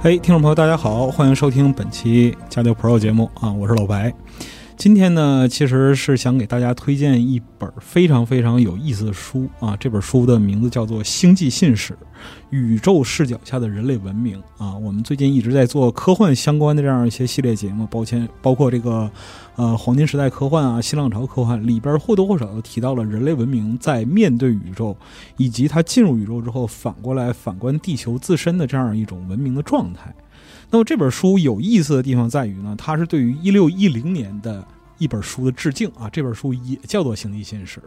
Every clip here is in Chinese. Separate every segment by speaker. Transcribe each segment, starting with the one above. Speaker 1: 嘿，哎听众朋友，大家好，欢迎收听本期家教 Pro 节目啊，我是老白。今天呢，其实是想给大家推荐一本非常非常有意思的书啊。这本书的名字叫做《星际信使：宇宙视角下的人类文明》啊。我们最近一直在做科幻相关的这样一些系列节目，包括包括这个呃黄金时代科幻啊、新浪潮科幻里边或多或少都提到了人类文明在面对宇宙以及它进入宇宙之后反过来反观地球自身的这样一种文明的状态。那么这本书有意思的地方在于呢，它是对于一六一零年的一本书的致敬啊。这本书也叫做《星际信使》，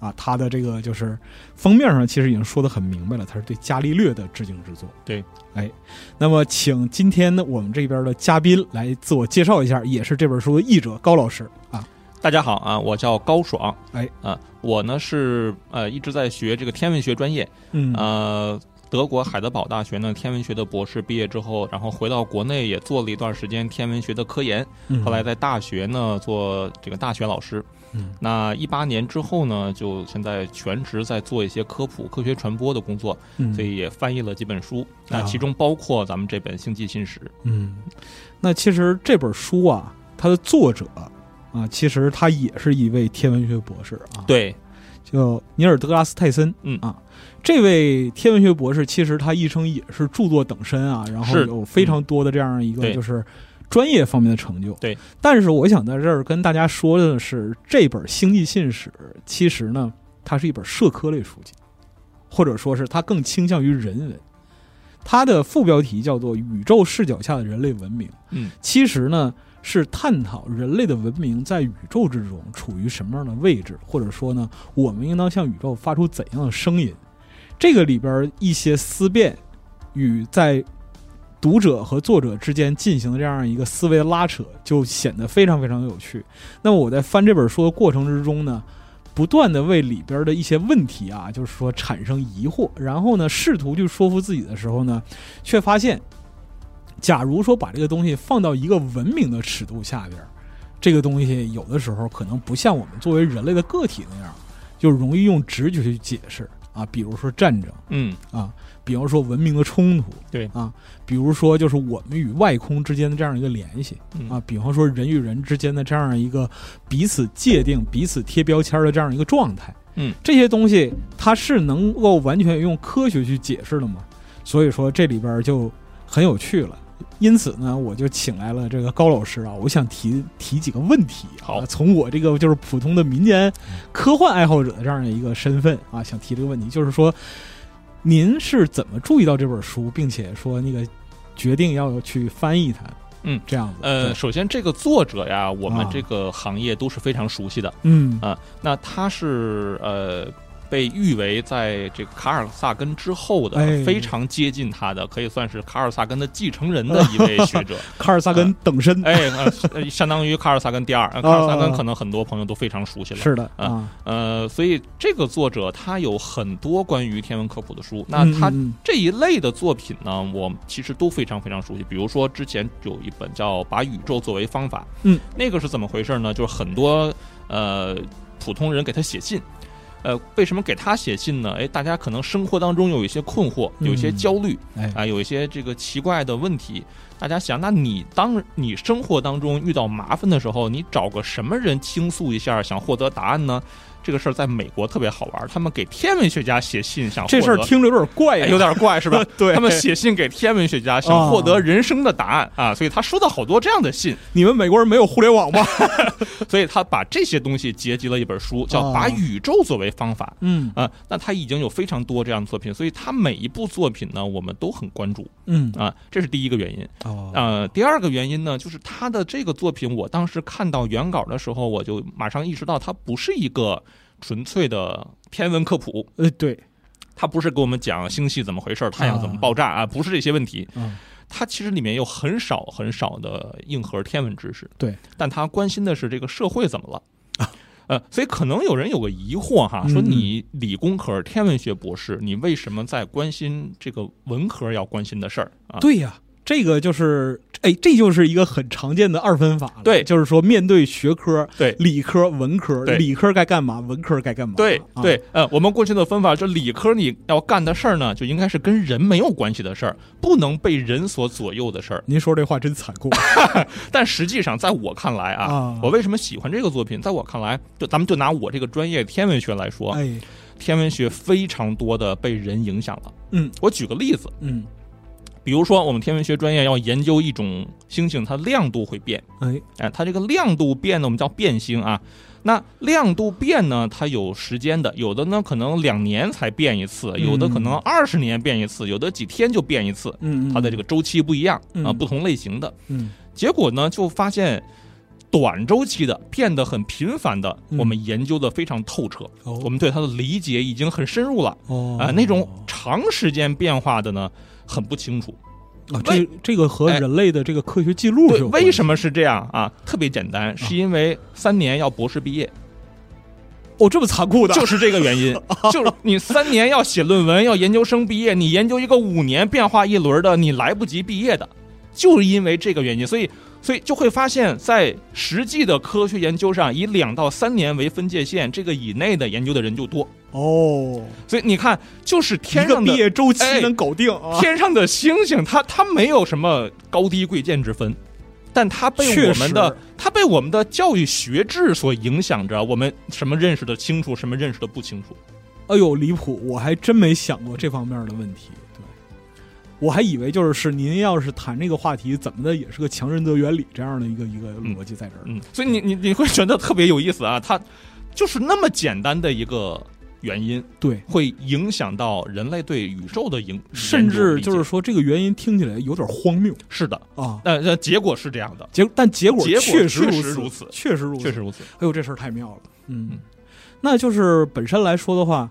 Speaker 1: 啊，它的这个就是封面上其实已经说得很明白了，它是对伽利略的致敬之作。
Speaker 2: 对，
Speaker 1: 哎，那么请今天呢我们这边的嘉宾来自我介绍一下，也是这本书的译者高老师啊。
Speaker 2: 大家好啊，我叫高爽，
Speaker 1: 哎
Speaker 2: 啊，我呢是呃一直在学这个天文学专业，
Speaker 1: 嗯
Speaker 2: 呃，德国海德堡大学呢天文学的博士毕业之后，然后回到国内也做了一段时间天文学的科研，后来在大学呢做这个大学老师。
Speaker 1: 嗯
Speaker 2: 那一八年之后呢，就现在全职在做一些科普、科学传播的工作，
Speaker 1: 嗯
Speaker 2: 所以也翻译了几本书，
Speaker 1: 啊
Speaker 2: 那其中包括咱们这本《星际信使》。
Speaker 1: 嗯，那其实这本书啊，它的作者啊，其实他也是一位天文学博士啊，，
Speaker 2: 对，
Speaker 1: 叫尼尔·德格拉斯·泰森，
Speaker 2: 嗯
Speaker 1: 啊，这位天文学博士其实他一生也是著作等身啊，然后
Speaker 2: 是嗯
Speaker 1: 有非常多的这样一个
Speaker 2: 对
Speaker 1: 就是。专业方面的成就，
Speaker 2: 对。
Speaker 1: 但是我想在这儿跟大家说的是，这本《星际信使》其实呢，它是一本社科类书籍，或者说是它更倾向于人文。它的副标题叫做《宇宙视角下的人类文明》。
Speaker 2: 嗯，
Speaker 1: 其实呢是探讨人类的文明在宇宙之中处于什么样的位置，或者说呢，我们应当向宇宙发出怎样的声音。这个里边一些思辨与在读者和作者之间进行的这样一个思维的拉扯，就显得非常非常有趣。那么我在翻这本书的过程之中呢，不断的为里边的一些问题啊，就是说产生疑惑，然后呢，试图去说服自己的时候呢，却发现，假如说把这个东西放到一个文明的尺度下边儿，这个东西有的时候可能不像我们作为人类的个体那样，就容易用直觉去解释啊，比如说战争。
Speaker 2: 嗯，
Speaker 1: 啊，比方说文明的冲突，
Speaker 2: 对
Speaker 1: 啊，比如说就是我们与外空之间的这样一个联系
Speaker 2: 嗯
Speaker 1: 啊，比方说人与人之间的这样一个彼此界定、彼此贴标签的这样一个状态，
Speaker 2: 嗯，
Speaker 1: 这些东西它是能够完全用科学去解释的吗？所以说这里边就很有趣了。因此呢，我就请来了这个高老师啊，我想提提几个问题、啊。
Speaker 2: 好
Speaker 1: 从我这个就是普通的民间科幻爱好者的这样的一个身份啊，想提这个问题，就是说，您是怎么注意到这本书，并且说那个决定要去翻译它？
Speaker 2: 嗯，
Speaker 1: 这样子。
Speaker 2: 呃，
Speaker 1: 对，
Speaker 2: 首先这个作者呀，我们
Speaker 1: 啊
Speaker 2: 这个行业都是非常熟悉的。
Speaker 1: 嗯
Speaker 2: 那他是呃被誉为在这个卡尔萨根之后的、
Speaker 1: 哎
Speaker 2: 非常接近他的，可以算是卡尔萨根的继承人的一位 学者。
Speaker 1: 卡尔萨根等身，
Speaker 2: 哎，呃呃相当于卡尔萨根第二。呃卡尔萨根可能很多朋友都非常熟悉了。
Speaker 1: 哦是的
Speaker 2: 啊
Speaker 1: 啊，
Speaker 2: 呃，所以这个作者他有很多关于天文科普的书。那他
Speaker 1: 嗯
Speaker 2: 这一类的作品呢，我其实都非常非常熟悉。比如说之前有一本叫《把宇宙作为方法》，
Speaker 1: 嗯，
Speaker 2: 那个是怎么回事呢？就是很多呃普通人给他写信。呃，为什么给他写信呢？哎，大家可能生活当中有一些困惑，有一些
Speaker 1: 嗯
Speaker 2: 焦虑，
Speaker 1: 嗯
Speaker 2: 啊，有一些这个奇怪的问题，大家想，那你当你生活当中遇到麻烦的时候，你找个什么人倾诉一下，想获得答案呢？这个事儿在美国特别好玩，他们给天文学家写信，想
Speaker 1: 哎，
Speaker 2: 获
Speaker 1: 这
Speaker 2: 得
Speaker 1: 事儿听着有点怪
Speaker 2: 哎
Speaker 1: 呀，
Speaker 2: 有点怪是吧？
Speaker 1: 对
Speaker 2: 他们写信给天文学家，想获得人生的答案啊，所以他收到好多这样的信，
Speaker 1: 你们美国人没有互联网吗？
Speaker 2: 所以他把这些东西结集了一本书，叫
Speaker 1: 哦
Speaker 2: 《把宇宙作为方法》。
Speaker 1: 嗯
Speaker 2: 啊，那他已经有非常多这样的作品，所以他每一部作品呢，我们都很关注
Speaker 1: 嗯
Speaker 2: 啊，这是第一个原因。
Speaker 1: 哦
Speaker 2: 呃，第二个原因呢，就是他的这个作品，我当时看到原稿的时候，我就马上意识到，它不是一个纯粹的天文科普，
Speaker 1: 呃对，
Speaker 2: 它不是给我们讲星系怎么回事儿、太阳怎么爆炸啊，不是这些问题。
Speaker 1: 嗯
Speaker 2: 它其实里面有很少很少的硬核天文知识，
Speaker 1: 对，啊
Speaker 2: 但他关心的是这个社会怎么了。呃，所以可能有人有个疑惑哈，说
Speaker 1: 嗯
Speaker 2: 你理工科天文学博士，你为什么在关心这个文科要关心的事儿啊？
Speaker 1: 对呀，这个就是，哎，这就是一个很常见的二分法了。
Speaker 2: 对
Speaker 1: 就是说面对学科，
Speaker 2: 对
Speaker 1: 理科、文科，
Speaker 2: 对
Speaker 1: 理科该干嘛，文科该干嘛。
Speaker 2: 对
Speaker 1: 啊、
Speaker 2: 对，呃，我们过去的分法，就理科你要干的事儿呢，就应该是跟人没有关系的事儿，不能被人所左右的事儿。
Speaker 1: 您说这话真残酷
Speaker 2: 但实际上，在我看来啊，
Speaker 1: 啊
Speaker 2: 我为什么喜欢这个作品？在我看来，就咱们就拿我这个专业天文学来说，
Speaker 1: 哎，
Speaker 2: 天文学非常多的被人影响了。
Speaker 1: 嗯，
Speaker 2: 我举个例子，
Speaker 1: 嗯，
Speaker 2: 比如说我们天文学专业要研究一种星星，它亮度会变，
Speaker 1: 哎，
Speaker 2: 哎，它这个亮度变呢，我们叫变星啊。那亮度变呢，它有时间的，有的呢可能两年才变一次，
Speaker 1: 嗯
Speaker 2: 有的可能二十年变一次，有的几天就变一次，
Speaker 1: 嗯，嗯
Speaker 2: 它的这个周期不一样
Speaker 1: 嗯
Speaker 2: 啊，不同类型的。
Speaker 1: 嗯
Speaker 2: 结果呢，就发现短周期的变得很频繁的，
Speaker 1: 嗯
Speaker 2: 我们研究的非常透彻，
Speaker 1: 哦
Speaker 2: 我们对它的理解已经很深入了。
Speaker 1: 哦
Speaker 2: 啊、那种长时间变化的呢，很不清楚。
Speaker 1: 啊，这这个和
Speaker 2: 哎
Speaker 1: 人类的这个科学记录是
Speaker 2: 对，
Speaker 1: 有
Speaker 2: 为什
Speaker 1: 么？
Speaker 2: 么是这样啊？特别简单，是因为三年要博士毕 业，
Speaker 1: 哦，这么残酷的，
Speaker 2: 就是这个原因。就是你三年要写论文，要研究生毕业，你研究一个五年变化一轮的，你来不及毕业的，就是因为这个原因。所以，所以就会发现，在实际的科学研究上，以两到三年为分界线，这个以内的研究的人就多。
Speaker 1: 哦，
Speaker 2: 所以你看，就是天
Speaker 1: 一个
Speaker 2: 上的
Speaker 1: 毕业周期
Speaker 2: 哎
Speaker 1: 能搞定啊，
Speaker 2: 天上的星星，它它没有什么高低贵贱之分，但它被我们
Speaker 1: 确
Speaker 2: 的
Speaker 1: 实
Speaker 2: 它被我们的教育学制所影响着，我们什么认识的清楚，什么认识的不清楚。
Speaker 1: 哎呦，离谱！我还真没想过这方面的问题。对，我还以为就是是您要是谈这个话题，怎么的也是个强人则原理这样的一个一个逻辑在这儿。
Speaker 2: 嗯，所以你你你会觉得特别有意思啊，它就是那么简单的一个原因，
Speaker 1: 对，
Speaker 2: 会影响到人类对宇宙的影，
Speaker 1: 甚至就是
Speaker 2: 嗯研究理解
Speaker 1: 说这个原因听起来有点荒谬
Speaker 2: 是的，
Speaker 1: 啊。
Speaker 2: 呃，呃结果是这样的，
Speaker 1: 结但结果
Speaker 2: 结果
Speaker 1: 确实
Speaker 2: 确实
Speaker 1: 如
Speaker 2: 如
Speaker 1: 此
Speaker 2: 此，
Speaker 1: 确实如此，
Speaker 2: 确实如此。
Speaker 1: 哎呦，这事儿太妙了。嗯
Speaker 2: 嗯，
Speaker 1: 那就是本身来说的话，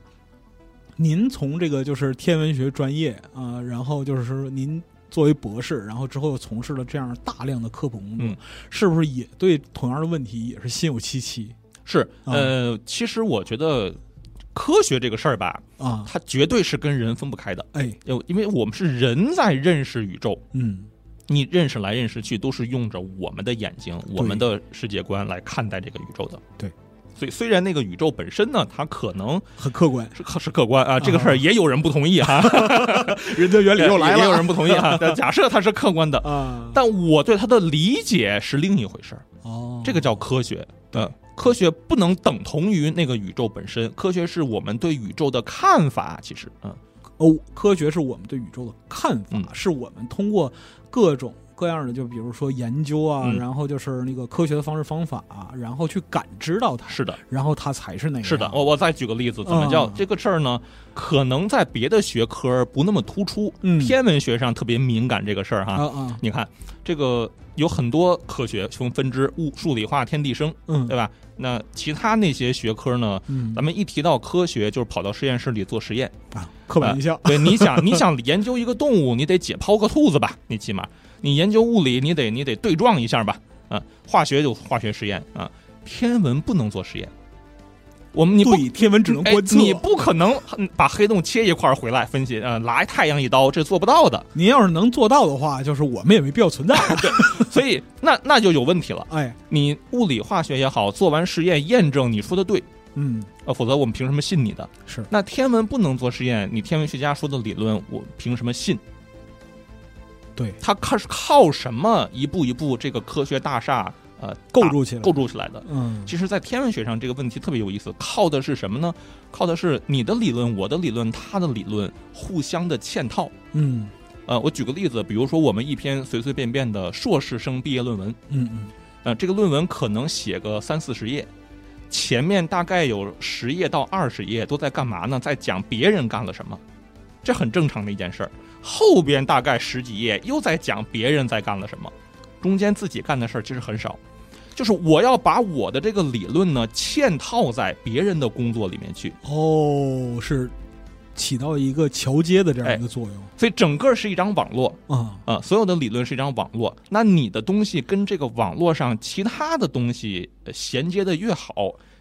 Speaker 1: 您从这个就是天文学专业啊、然后就是说您作为博士，然后之后又从事了这样大量的科普工作，
Speaker 2: 嗯
Speaker 1: 是不是也对同样的问题也是心有戚戚
Speaker 2: 是，
Speaker 1: 啊
Speaker 2: 呃，其实我觉得科学这个事儿吧，
Speaker 1: 啊？
Speaker 2: 它绝对是跟人分不开的。
Speaker 1: 哎，
Speaker 2: 有，因为我们是人在认识宇宙，
Speaker 1: 嗯，
Speaker 2: 你认识来认识去，都是用着我们的眼睛、我们的世界观来看待这个宇宙的。
Speaker 1: 对，
Speaker 2: 所以虽然那个宇宙本身呢，它可能
Speaker 1: 很客观，
Speaker 2: 是客是客观啊，这个事儿也有人不同意哈，
Speaker 1: 人家原理 又来
Speaker 2: 也有
Speaker 1: 了
Speaker 2: 人不同意哈。但假设它是客观的，
Speaker 1: 啊。
Speaker 2: 但我对它的理解是另一回事儿，
Speaker 1: 哦，
Speaker 2: 这个叫科学。对，科学不能等同于那个宇宙本身，科学是我们对宇宙的看法，其实，嗯，
Speaker 1: 哦，科学是我们对宇宙的看法，
Speaker 2: 嗯
Speaker 1: 是我们通过各种各样的，就比如说研究啊，
Speaker 2: 嗯
Speaker 1: 然后就是那个科学的方式方法、啊，然后去感知到它，
Speaker 2: 是的。
Speaker 1: 然后它才是那个。
Speaker 2: 是的，我，我再举个例子，怎么叫、
Speaker 1: 嗯
Speaker 2: 这个事儿呢？可能在别的学科不那么突出，
Speaker 1: 嗯
Speaker 2: 天文学上特别敏感这个事儿哈。
Speaker 1: 啊啊，
Speaker 2: 你看，这个有很多科学分分支，物数理化、天地生，
Speaker 1: 嗯
Speaker 2: 对吧？那其他那些学科呢？
Speaker 1: 嗯
Speaker 2: 咱们一提到科学，就是跑到实验室里做实验。
Speaker 1: 啊，刻板印象，
Speaker 2: 对，你想，你想研究一个动物，你得解剖个兔子吧？你起码，你研究物理，你得你得对撞一下吧？啊，化学有化学实验啊，天文不能做实验。我们你不
Speaker 1: 对天文只能
Speaker 2: 哎
Speaker 1: 观测。
Speaker 2: 你不可能把黑洞切一块儿回来分析，呃，拿太阳一刀，这做不 到的。
Speaker 1: 您要是能做到的话，就是我们也没必要存在。
Speaker 2: 所以那那就有问题了。
Speaker 1: 哎，
Speaker 2: 你物理、化学也好，做完实验验证你说的对，
Speaker 1: 嗯，
Speaker 2: 呃，否则我们凭什么信你的？
Speaker 1: 是
Speaker 2: 那天文不能做实验，你天文学家说的理论，我凭什么信？
Speaker 1: 对，
Speaker 2: 他靠靠什么一步一步这个科学大厦呃
Speaker 1: 构筑起来，
Speaker 2: 构筑起来的？
Speaker 1: 嗯，
Speaker 2: 其实，在天文学上，这个问题特别有意思，靠的是什么呢？靠的是你的理论、我的理论、他的理论互相的嵌套。
Speaker 1: 嗯
Speaker 2: 呃，我举个例子，比如说我们一篇随随便便的硕士生毕业论文，
Speaker 1: 嗯嗯，
Speaker 2: 呃，这个论文可能写个三四十页，前面大概有十页到二十页都在干嘛呢？在讲别人干了什么，这很正常的一件事儿。后边大概十几页又在讲别人在干了什么，中间自己干的事儿其实很少。就是我要把我的这个理论呢嵌套在别人的工作里面去，
Speaker 1: 哦，是起到一个桥接的这
Speaker 2: 哎
Speaker 1: 样一个作用
Speaker 2: 所以整个是一张网络。
Speaker 1: 啊。
Speaker 2: 啊、所有的理论是一张网络，那你的东西跟这个网络上其他的东西呃衔接的越好，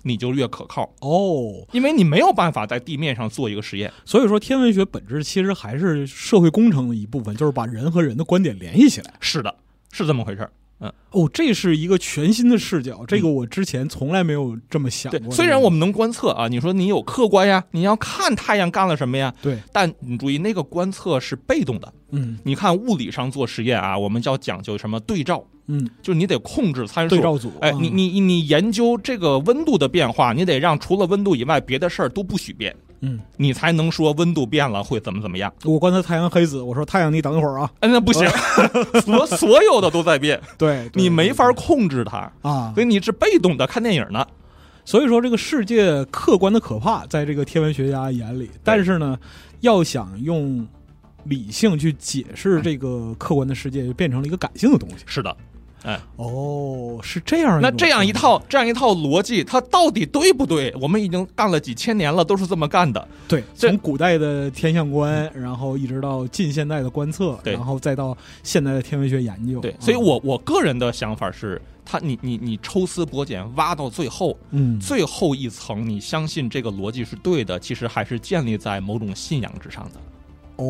Speaker 2: 你就越可靠，
Speaker 1: 哦，
Speaker 2: 因为你没有办法在地面上做一个实验。
Speaker 1: 所以说天文学本质其实还是社会工程的一部分，就是把人和人的观点联系起来。
Speaker 2: 是的，是这么回事儿。
Speaker 1: 哦，这是一个全新的视角，这个我之前从来没有这么想过
Speaker 2: 嗯对
Speaker 1: 的。，
Speaker 2: 虽然我们能观测啊，你说你有客观呀，你要看太阳干了什么呀，
Speaker 1: 对，
Speaker 2: 但你注意那个观测是被动的。
Speaker 1: 嗯
Speaker 2: 你看物理上做实验啊，我们叫讲究什么对照，
Speaker 1: 嗯，
Speaker 2: 就是你得控制参数
Speaker 1: 对。照组，
Speaker 2: 哎，
Speaker 1: 啊
Speaker 2: 你你你研究这个温度的变化，你得让除了温度以外别的事儿都不许变，
Speaker 1: 嗯，
Speaker 2: 你才能说温度变了会怎么怎么样。
Speaker 1: 我观察太阳黑子，我说太阳你等一会儿啊，
Speaker 2: 哎，那不行， 所所有的都在 变，
Speaker 1: 对，对
Speaker 2: 你没法
Speaker 1: 对
Speaker 2: 控制它，
Speaker 1: 啊
Speaker 2: 所，以你是被动的看电影呢。
Speaker 1: 所以说这个世界客观的可怕，在这个天文学家眼里，但是呢，要想用理性去解释
Speaker 2: 嗯
Speaker 1: 这个客观的世界，就变成了一个感性的东西。
Speaker 2: 是的，
Speaker 1: 哦，是这样。
Speaker 2: 那这样一，套这样一套逻辑，它到底对不对？我们已经干了几千年了，都是这么干的。
Speaker 1: 对，
Speaker 2: 这嗯
Speaker 1: 从古代的天象观，然后一直到近现代的观测，
Speaker 2: 对
Speaker 1: 然后再到现代的天文学研究。
Speaker 2: 对
Speaker 1: 啊，
Speaker 2: 所以我我个人的想法是，他你你你抽丝剥茧，挖到最后
Speaker 1: 嗯，
Speaker 2: 最后一层，你相信这个逻辑是对的，其实还是建立在某种信仰之上的。
Speaker 1: 哦，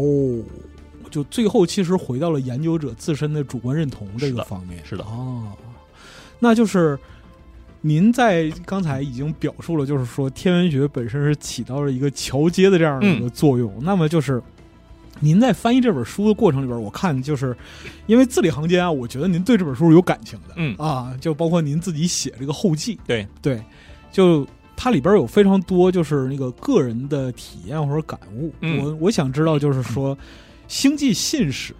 Speaker 1: 就最后其实回到了研究者自身的主观认同这
Speaker 2: 是
Speaker 1: 个
Speaker 2: 的
Speaker 1: 方面。
Speaker 2: 是的
Speaker 1: 哦，那就是您在刚才已经表述了，就是说天文学本身是起到了一个桥接的这样的
Speaker 2: 嗯
Speaker 1: 一个作用。那么就是。您在翻译这本书的过程里边，我看就是，因为字里行间啊，我觉得您对这本书是有感情的，
Speaker 2: 嗯
Speaker 1: 啊，就包括您自己写这个后记，
Speaker 2: 对
Speaker 1: 对，就它里边有非常多就是那个个人的体验或者感悟。
Speaker 2: 嗯
Speaker 1: 我我想知道就是说，星际信使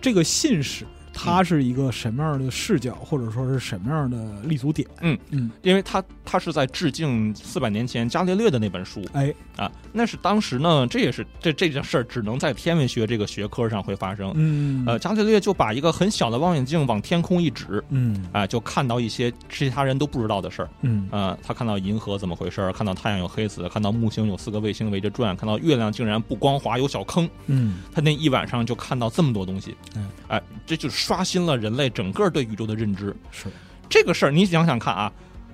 Speaker 1: 这个信使，
Speaker 2: 嗯
Speaker 1: 它是一个什么样的视角，或者说是什么样的立足点？
Speaker 2: 嗯
Speaker 1: 嗯，
Speaker 2: 因为他他是在致敬四百年前伽利略的那本书
Speaker 1: 哎，
Speaker 2: 啊，那是当时呢，这也是这这件事儿只能在天文学这个学科上会发生。
Speaker 1: 嗯，
Speaker 2: 呃，，伽利略就把一个很小的望远镜往天空一指，
Speaker 1: 嗯
Speaker 2: 啊、就看到一些其他人都不知道的事儿。
Speaker 1: 嗯
Speaker 2: 呃，他看到银河怎么回事儿，看到太阳有黑子，看到木星有四个卫星围着转，看到月亮竟然不光滑有小坑。
Speaker 1: 嗯，
Speaker 2: 他那一晚上就看到这么多东西，
Speaker 1: 嗯
Speaker 2: 哎、这就刷新了人类整个对宇宙的认知。
Speaker 1: 是，
Speaker 2: 这个事儿你想想看啊，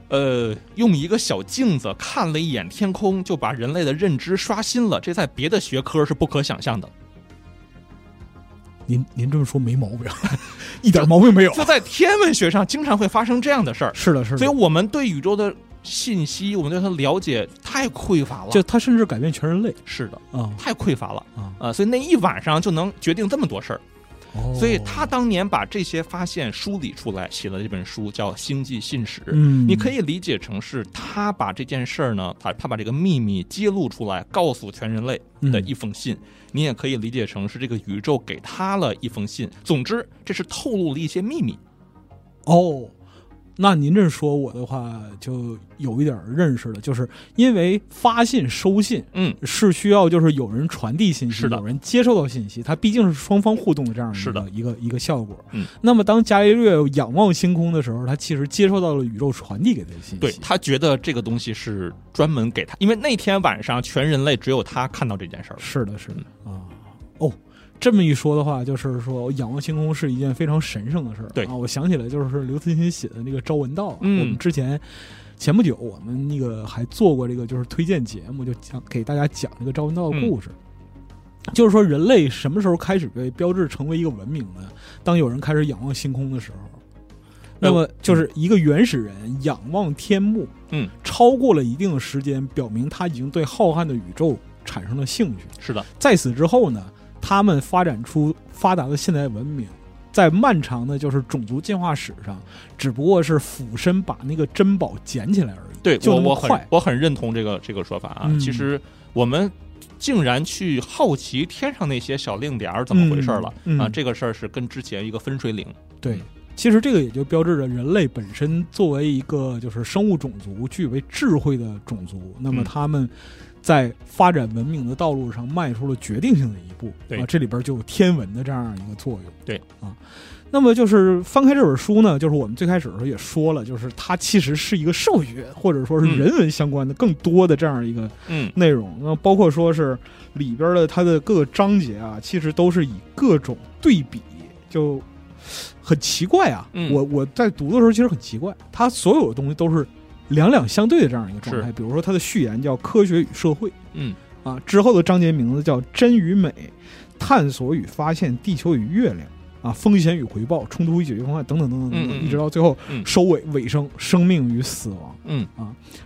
Speaker 2: 呃，用一个小镜子看了一眼天空，就把人类的认知刷新了，这在别的学科是不可想象的。
Speaker 1: 您您这么说没毛病， 一点毛病没有。
Speaker 2: 就在天文学上，经常会发生这样的事儿，
Speaker 1: 是的，是的，
Speaker 2: 所以我们对宇宙的信息，我们对它的了解太匮乏了。
Speaker 1: 就它甚至改变全人类
Speaker 2: 是的，
Speaker 1: 啊
Speaker 2: 太匮乏了。
Speaker 1: 啊！
Speaker 2: 啊，所以那一晚上就能决定这么多事儿，
Speaker 1: 哦
Speaker 2: 所以他当年把这些发现梳理出来，写了这本书叫《星际信使》。
Speaker 1: 嗯，
Speaker 2: 你可以理解成是他把这件事儿呢，他他把这个秘密揭露出来，告诉全人类
Speaker 1: 嗯
Speaker 2: 的一封信。你也可以理解成是这个宇宙给他了一封信。总之，这是透露了一些秘密。
Speaker 1: 哦，那您这说我的话，就有一点认识了，就是因为发信、收信
Speaker 2: 嗯，
Speaker 1: 是需要就是有人传递信息，
Speaker 2: 是的
Speaker 1: 有人接收到信息，它毕竟是双方互动的这样一个
Speaker 2: 是的
Speaker 1: 一个一个效果。
Speaker 2: 嗯，
Speaker 1: 那么当伽利略仰望星空的时候，他其实接收到了宇宙传递给他的信息。
Speaker 2: 对他觉得这个东西是专门给他，因为那天晚上全人类只有他看到这件事儿了。
Speaker 1: 是的，是的
Speaker 2: 嗯
Speaker 1: 啊，哦。这么一说的话，就是说仰望星空是一件非常神圣的事儿。
Speaker 2: 对
Speaker 1: 啊，我想起来，就是刘慈欣写的那个《朝闻道》啊，
Speaker 2: 嗯
Speaker 1: 我们之前前不久我们那个还做过这个就是推荐节目，就讲给大家讲这个《朝闻道》的故事。就是说，人类什么时候开始被标志成为一个文明呢？当有人开始仰望星空的时候，那么就是一个原始人仰望天幕，
Speaker 2: 嗯，
Speaker 1: 超过了一定的时间，表明他已经对浩瀚的宇宙产生了兴趣。
Speaker 2: 是的，
Speaker 1: 在此之后呢，他们发展出发达的现代文明，在漫长的就是种族进化史上，只不过是俯身把那个珍宝捡起来而已。
Speaker 2: 对
Speaker 1: 就
Speaker 2: 我
Speaker 1: 那么
Speaker 2: 我
Speaker 1: 快
Speaker 2: 很我很认同这个这个说法啊。
Speaker 1: 嗯
Speaker 2: 其实我们竟然去好奇天上那些小令点儿怎么回事儿了、
Speaker 1: 嗯嗯
Speaker 2: 啊？这个事儿是跟之前一个分水岭，
Speaker 1: 对，其实这个也就标志着人类本身作为一个就是生物种族具备智慧的种族，那么
Speaker 2: 嗯
Speaker 1: 他们在发展文明的道路上迈出了决定性的一步。
Speaker 2: 对
Speaker 1: 啊，这里边就有天文的这样一个作用。
Speaker 2: 对
Speaker 1: 啊，那么就是翻开这本书呢，就是我们最开始的时候也说了，就是它其实是一个社会学或者说是
Speaker 2: 嗯
Speaker 1: 人文相关的更多的这样一个
Speaker 2: 嗯，
Speaker 1: 内容，那包括说是里边的它的各个章节啊，其实都是以各种对比，就很奇怪啊。
Speaker 2: 嗯
Speaker 1: 我我在读的时候其实很奇怪，它所有的东西都是两两相对的这样一个状态。
Speaker 2: 是
Speaker 1: 比如说它的序言叫《科学与社会》
Speaker 2: 嗯，
Speaker 1: 啊，之后的章节名字叫《真与美：探索与发现地球与月亮》啊，风险与回报、冲突与解决方案等等等等等等，
Speaker 2: 嗯嗯嗯
Speaker 1: 一直到最后
Speaker 2: 嗯
Speaker 1: 收尾尾声，生命与死亡。
Speaker 2: 嗯，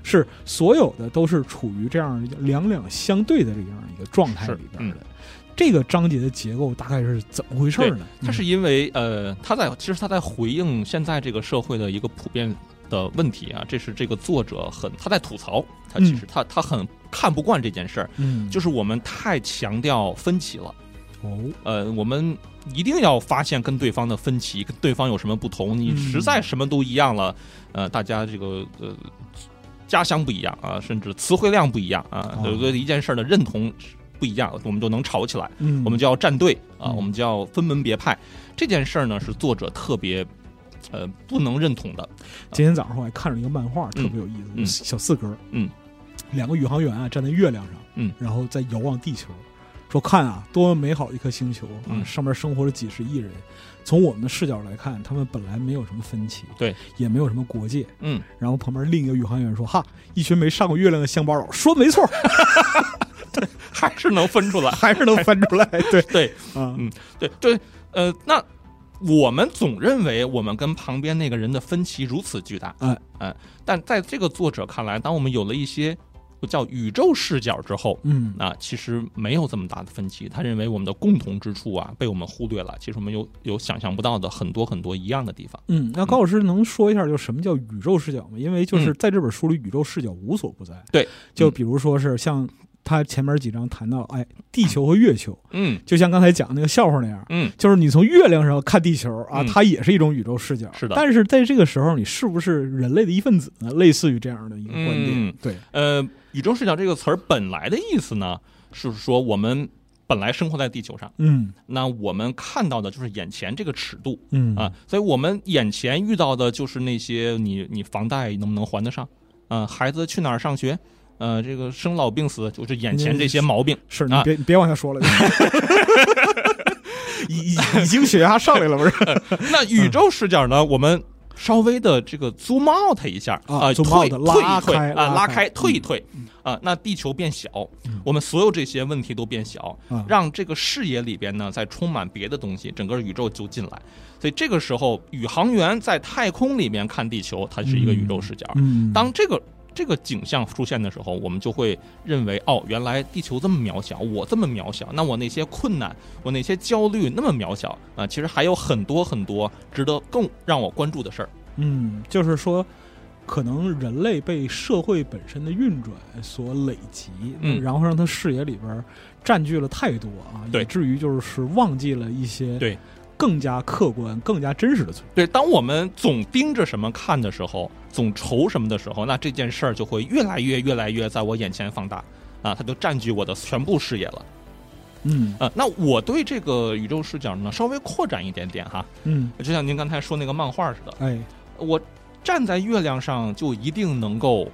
Speaker 1: 是所有的都是处于这样两两相对的这样一个状态
Speaker 2: 是
Speaker 1: 里边的。这个章节的结构大概是怎么回事呢？
Speaker 2: 它是因为呃，他在其实他在回应现在这个社会的一个普遍的问题啊，这是这个作者很他在吐槽，他其实他他很看不惯这件事儿，
Speaker 1: 嗯，嗯
Speaker 2: 就是我们太强调分歧了。
Speaker 1: 哦，
Speaker 2: 呃，我们一定要发现跟对方的分歧，跟对方有什么不同。你
Speaker 1: 嗯
Speaker 2: 实在什么都一样了，呃，大家这个呃家乡不一样啊，甚至词汇量不一样啊，
Speaker 1: 哦
Speaker 2: 有对一件事儿的认同不一样，我们就能吵起来，
Speaker 1: 嗯，
Speaker 2: 我们就要站队啊，
Speaker 1: 嗯
Speaker 2: 我们就要分门别派。这件事儿呢，是作者特别呃不能认同的。
Speaker 1: 今天早上我还看了一个漫画，特
Speaker 2: 嗯
Speaker 1: 别有意思，
Speaker 2: 嗯
Speaker 1: 小四格，
Speaker 2: 嗯，
Speaker 1: 两个宇航员啊站在月亮上，
Speaker 2: 嗯，
Speaker 1: 然后在遥望地球，说看啊，多么美好的一颗星球啊，
Speaker 2: 嗯
Speaker 1: 上面生活着几十亿人。从我们的视角来看，他们本来没有什么分歧，
Speaker 2: 对，
Speaker 1: 也没有什么国界。
Speaker 2: 嗯，
Speaker 1: 然后旁边另一个宇航员说：“哈，一群没上过月亮的乡巴佬，说没错，
Speaker 2: 还是能分出来。
Speaker 1: 还是能翻出来。” 对
Speaker 2: 对，
Speaker 1: 啊，
Speaker 2: 嗯对对，呃，那我们总认为我们跟旁边那个人的分歧如此巨大，
Speaker 1: 哎
Speaker 2: 呃但在这个作者看来，当我们有了一些叫宇宙视角之后。
Speaker 1: 嗯
Speaker 2: 啊，其实没有这么大的分歧。他认为我们的共同之处啊，被我们忽略了。其实我们有有想象不到的很多很多一样的地方。
Speaker 1: 嗯，那高老师能说一下，就什么叫宇宙视角吗？因为就是
Speaker 2: 嗯
Speaker 1: 在这本书里，宇宙视角无所不在。
Speaker 2: 对，
Speaker 1: 就
Speaker 2: 嗯
Speaker 1: 比如说是像他前面几章谈到，哎，地球和月球，
Speaker 2: 嗯
Speaker 1: 就像刚才讲那个笑话那样，
Speaker 2: 嗯，
Speaker 1: 就是你从月亮上看地球啊，
Speaker 2: 嗯
Speaker 1: 它也是一种宇宙视角。
Speaker 2: 是的
Speaker 1: 但是在这个时候，你是不是人类的一份子呢？类似于这样的一个观点
Speaker 2: 嗯。
Speaker 1: 对，
Speaker 2: 呃，宇宙视角这个词儿本来的意思呢，是说我们本来生活在地球上，
Speaker 1: 嗯
Speaker 2: 那我们看到的就是眼前这个尺度。
Speaker 1: 嗯
Speaker 2: 啊，，所以我们眼前遇到的就是那些你你房贷能不能还得上，嗯、孩子去哪儿上学，呃，这个生老病死，就是眼前这些毛病。
Speaker 1: 是你
Speaker 2: 啊
Speaker 1: 别你别往下说了。 已已已经血压上来了，不是？
Speaker 2: 那宇宙视角呢，我们稍微的这个 zoom out 它一下
Speaker 1: 啊
Speaker 2: 啊，退
Speaker 1: zoom out，
Speaker 2: 退
Speaker 1: 拉
Speaker 2: 一退
Speaker 1: 开
Speaker 2: 啊，
Speaker 1: 拉
Speaker 2: 拉
Speaker 1: 开
Speaker 2: 开
Speaker 1: 嗯
Speaker 2: 退一退啊，那地球变小
Speaker 1: 嗯，
Speaker 2: 我们所有这些问题都变小，
Speaker 1: 啊
Speaker 2: 让这个视野里边呢再充满别的东西，整个宇宙就进来。所以这个时候，宇航员在太空里面看地球，它是一个宇宙视角。
Speaker 1: 嗯，
Speaker 2: 当这个这个景象出现的时候，我们就会认为，哦，原来地球这么渺小，我这么渺小，那我那些困难，我那些焦虑那么渺小啊、其实还有很多很多值得更让我关注的事儿。
Speaker 1: 嗯，就是说，可能人类被社会本身的运转所累积，
Speaker 2: 嗯
Speaker 1: 然后让他视野里边儿占据了太多啊，
Speaker 2: 对
Speaker 1: 以至于就是忘记了一些
Speaker 2: 对
Speaker 1: 更加客观、更加真实的存在。
Speaker 2: 对，当我们总盯着什么看的时候，总愁什么的时候，那这件事儿就会越来越、越来越在我眼前放大啊，它就占据我的全部视野了。
Speaker 1: 嗯
Speaker 2: 呃，那我对这个宇宙视角呢，稍微扩展一点点哈，
Speaker 1: 嗯，
Speaker 2: 就像您刚才说那个漫画似的，
Speaker 1: 哎，
Speaker 2: 我站在月亮上就一定能够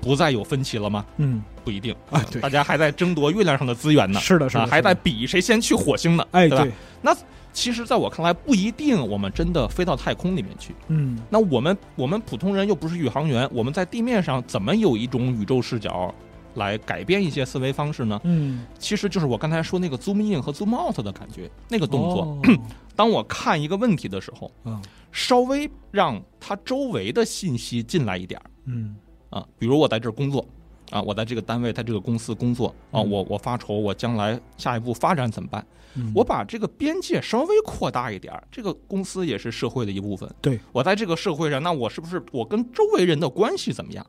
Speaker 2: 不再有分歧了吗？
Speaker 1: 嗯
Speaker 2: 不一定，
Speaker 1: 啊， 对
Speaker 2: 大，家还在争夺月亮上的资源呢，
Speaker 1: 是的，是的，
Speaker 2: 啊，
Speaker 1: 是
Speaker 2: 还在
Speaker 1: 的
Speaker 2: 比谁先去火星呢，
Speaker 1: 哎，
Speaker 2: 对吧？
Speaker 1: 对，
Speaker 2: 其实，在我看来，不一定我们真的飞到太空里面去。
Speaker 1: 嗯
Speaker 2: 那我们我们普通人又不是宇航员，我们在地面上怎么有一种宇宙视角来改变一些思维方式呢？
Speaker 1: 嗯，
Speaker 2: 其实就是我刚才说那个 zoom in 和 zoom out 的感觉，那个动作。
Speaker 1: 作，
Speaker 2: 当我看一个问题的时候，
Speaker 1: 啊，
Speaker 2: 稍微让它周围的信息进来一点儿。
Speaker 1: 嗯
Speaker 2: 啊，比如我在这儿工作，啊，我在这个单位，在这个公司工作，啊，
Speaker 1: 嗯
Speaker 2: 我我发愁我将来下一步发展怎么办？
Speaker 1: 嗯，
Speaker 2: 我把这个边界稍微扩大一点儿，这个公司也是社会的一部分。
Speaker 1: 对
Speaker 2: 我在这个社会上，那我是不是我跟周围人的关系怎么样？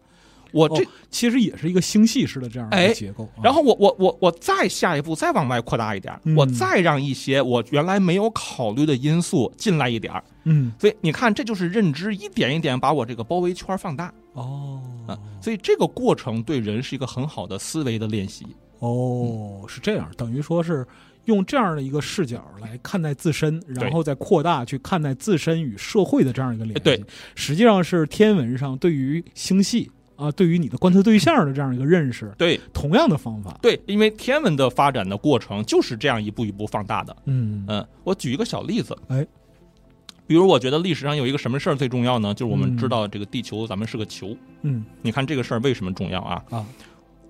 Speaker 2: 我这，
Speaker 1: 哦其实也是一个星系式的这样的一个
Speaker 2: 哎
Speaker 1: 结构啊，
Speaker 2: 然后我我我我再下一步再往外扩大一点儿，
Speaker 1: 嗯
Speaker 2: 我再让一些我原来没有考虑的因素进来一点儿。
Speaker 1: 嗯
Speaker 2: 所以你看，这就是认知一点一点把我这个包围圈儿放大啊
Speaker 1: 哦。
Speaker 2: 所以这个过程对人是一个很好的思维的练习。
Speaker 1: 哦，是这样，等于说是用这样的一个视角来看待自身，然后再扩大去看待自身与社会的这样一个联系。
Speaker 2: 呃对，
Speaker 1: 实际上是天文上对于星系啊，对于你的观测对象的这样一个认识，
Speaker 2: 对，
Speaker 1: 同样的方法。
Speaker 2: 对，因为天文的发展的过程就是这样一步一步放大的。
Speaker 1: 嗯
Speaker 2: 嗯，我举一个小例子，
Speaker 1: 哎，
Speaker 2: 比如，我觉得历史上有一个什么事儿最重要呢？就是我们
Speaker 1: 嗯
Speaker 2: 知道这个地球，咱们是个球。
Speaker 1: 嗯
Speaker 2: 你看这个事儿为什么重要啊？
Speaker 1: 啊，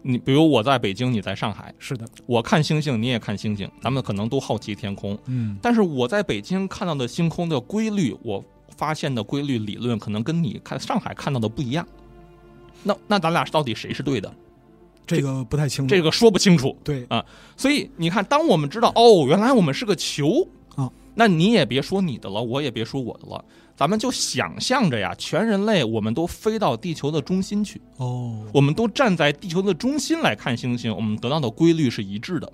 Speaker 2: 你比如我在北京，你在上海，
Speaker 1: 是的，
Speaker 2: 我看星星，你也看星星，咱们可能都好奇天空。
Speaker 1: 嗯
Speaker 2: 但是我在北京看到的星空的规律，我发现的规律理论可能跟你看上海看到的不一样。那那咱俩到底谁是对的？
Speaker 1: 这个不太清楚，
Speaker 2: 这个说不清楚。
Speaker 1: 对
Speaker 2: 所以你看，当我们知道哦，原来我们是个球
Speaker 1: 啊，
Speaker 2: 那你也别说你的了，我也别说我的了，咱们就想象着呀，全人类我们都飞到地球的中心去，
Speaker 1: 哦，
Speaker 2: 我们都站在地球的中心来看星星，我们得到的规律是一致的。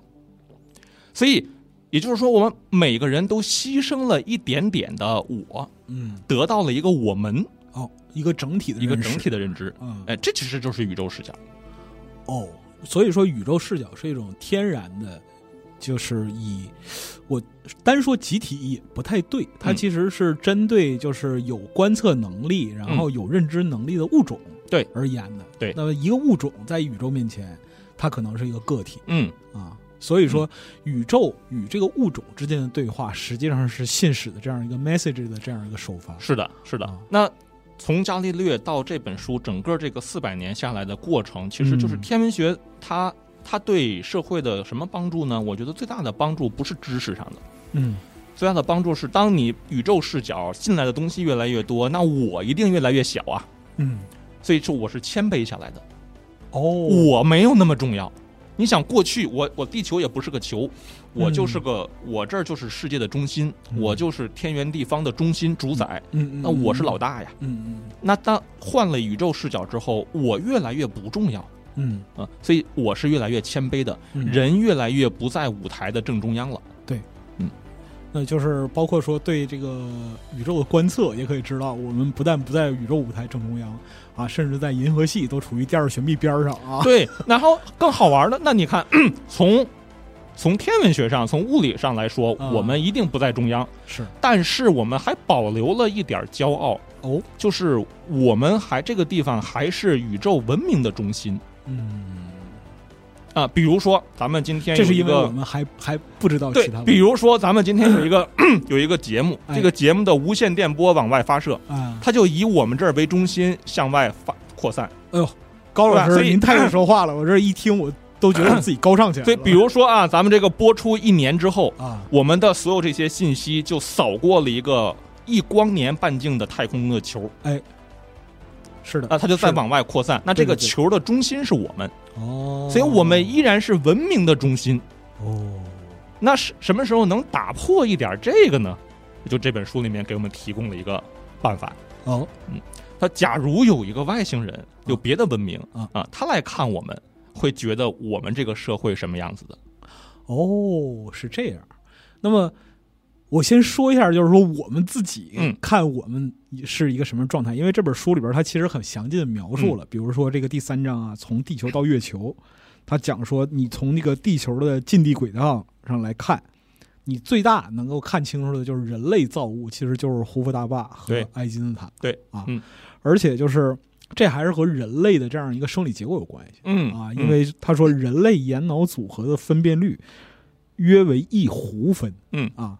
Speaker 2: 所以也就是说，我们每个人都牺牲了一点点的我，
Speaker 1: 嗯
Speaker 2: 得到了一个我们
Speaker 1: 哦，一个整体的
Speaker 2: 一个
Speaker 1: 认识
Speaker 2: 整体的认知。
Speaker 1: 嗯
Speaker 2: 哎，这其实就是宇宙视角。
Speaker 1: 哦，所以说宇宙视角是一种天然的，就是以我单说集体意义不太对，它
Speaker 2: 嗯
Speaker 1: 其实是针对就是有观测能力，然后有认知能力的物种
Speaker 2: 嗯对
Speaker 1: 而言的。
Speaker 2: 对
Speaker 1: 那么一个物种在宇宙面前，它可能是一个个体
Speaker 2: 嗯，
Speaker 1: 啊。所以说，宇宙与这个物种之间的对话，实际上是信使的这样一个 message 的这样一个手法。
Speaker 2: 是的，是的
Speaker 1: 啊。
Speaker 2: 那从伽利略到这本书，整个这个四百年下来的过程，其实就是
Speaker 1: 嗯
Speaker 2: 天文学它它对社会的什么帮助呢？我觉得最大的帮助不是知识上的，
Speaker 1: 嗯，
Speaker 2: 最大的帮助是当你宇宙视角进来的东西越来越多，那我一定越来越小啊。
Speaker 1: 嗯，
Speaker 2: 所以说我是谦卑下来的，
Speaker 1: 哦，
Speaker 2: 我没有那么重要。你想过去，我我地球也不是个球，我就是个、我这儿就是世界的中心，
Speaker 1: 嗯
Speaker 2: 我就是天圆地方的中心主宰，
Speaker 1: 嗯，嗯
Speaker 2: 那我是老，大呀。
Speaker 1: 嗯
Speaker 2: 那当换了宇宙视角之后，我越来越不重要
Speaker 1: 嗯嗯
Speaker 2: 啊，所以我是越来越谦卑的，
Speaker 1: 嗯，
Speaker 2: 人越来越不在舞台的正中央了。
Speaker 1: 那就是包括说对这个宇宙的观测，也可以知道，我们不但不在宇宙舞台正中央啊，甚至在银河系都处于第二悬臂边儿上啊。
Speaker 2: 对，然后更好玩的，那你看，从从天文学上、从物理上来说，
Speaker 1: 啊
Speaker 2: 我们一定不在中央，
Speaker 1: 是
Speaker 2: 但 是我们还保留了一点骄傲，
Speaker 1: 哦，
Speaker 2: 就是我们还这个地方还是宇宙文明的中心
Speaker 1: 嗯，
Speaker 2: 啊。比如说，咱们今天
Speaker 1: 这是
Speaker 2: 有一
Speaker 1: 因为
Speaker 2: 个
Speaker 1: 我们还还不知道
Speaker 2: 对
Speaker 1: 哦其他，问题。
Speaker 2: 比如说咱们今天有一 个有一个节目，
Speaker 1: 哎
Speaker 2: 这个节目的无线电波往外发射，
Speaker 1: 啊，
Speaker 2: 它就以我们这儿为中心向外发扩散。
Speaker 1: 哎呦，高老
Speaker 2: 对吧
Speaker 1: 师
Speaker 2: 啊所以
Speaker 1: 您太会说话了，我这一听我都觉得自己高尚起来了。
Speaker 2: 所以，比如说啊，咱们这个播出一年之后，
Speaker 1: 啊，
Speaker 2: 我们的所有这些信息就扫过了一个一光年半径的太空的球
Speaker 1: 是的
Speaker 2: 啊，它就
Speaker 1: 嗯
Speaker 2: 在
Speaker 1: 是的
Speaker 2: 往外扩散。那这个
Speaker 1: 对对对
Speaker 2: 球的中心是我们，
Speaker 1: 哦，
Speaker 2: 所以我们依然是文明的中心。
Speaker 1: 哦，
Speaker 2: 那是什么时候能打破一点这个呢？就这本书里面给我们提供了一个办法。
Speaker 1: 哦，
Speaker 2: 他假如有一个外星人，有别的文明
Speaker 1: 啊
Speaker 2: 啊，他来看我们，会觉得我们这个社会什么样子的？
Speaker 1: 哦，是这样。那么我先说一下，就是说我们自己
Speaker 2: 嗯
Speaker 1: 看我们是一个什么状态，因为这本书里边它其实很详尽的描
Speaker 2: 嗯
Speaker 1: 述了，比如说这个第三章啊，从地球到月球，它讲说你从那个地球的近地轨道上来看。你最大能够看清楚的就是人类造物，其实就是胡夫大坝和
Speaker 2: 对
Speaker 1: 爱金字塔，
Speaker 2: 对
Speaker 1: 啊，
Speaker 2: 嗯
Speaker 1: 而且就是这还是和人类的这样一个生理结构有关系。
Speaker 2: 嗯
Speaker 1: 啊，因为他说人类眼脑组合的分辨率约为一弧分，
Speaker 2: 嗯
Speaker 1: 啊，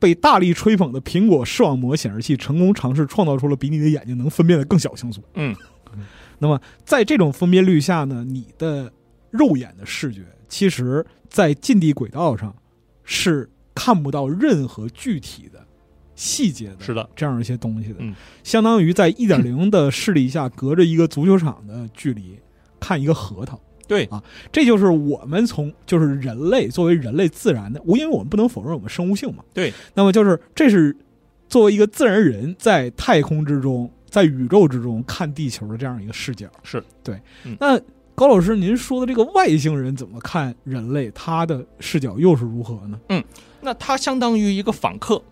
Speaker 1: 被大力吹捧的苹果视网膜显示器成功尝试创造出了比你的眼睛能分辨的更小像素，
Speaker 2: 嗯，
Speaker 1: 那么在这种分辨率下呢，你的肉眼的视觉其实，在近地轨道上是看不到任何具体的细节的，
Speaker 2: 嗯是的，
Speaker 1: 这样一些东西的，
Speaker 2: 嗯
Speaker 1: 相当于在一点零的视力下，隔着一个足球场的距离看一个核桃。
Speaker 2: 对
Speaker 1: 啊，这就是我们从就是人类作为人类自然的，我因为我们不能否认我们生物性嘛。
Speaker 2: 对，
Speaker 1: 那么就是这是作为一个自然人在太空之中，在宇宙之中看地球的这样一个视角。
Speaker 2: 是
Speaker 1: 对，
Speaker 2: 嗯
Speaker 1: 那。高老师，您说的这个外星人怎么看人类？他的视角又是如何呢？，
Speaker 2: 那他相当于一个访客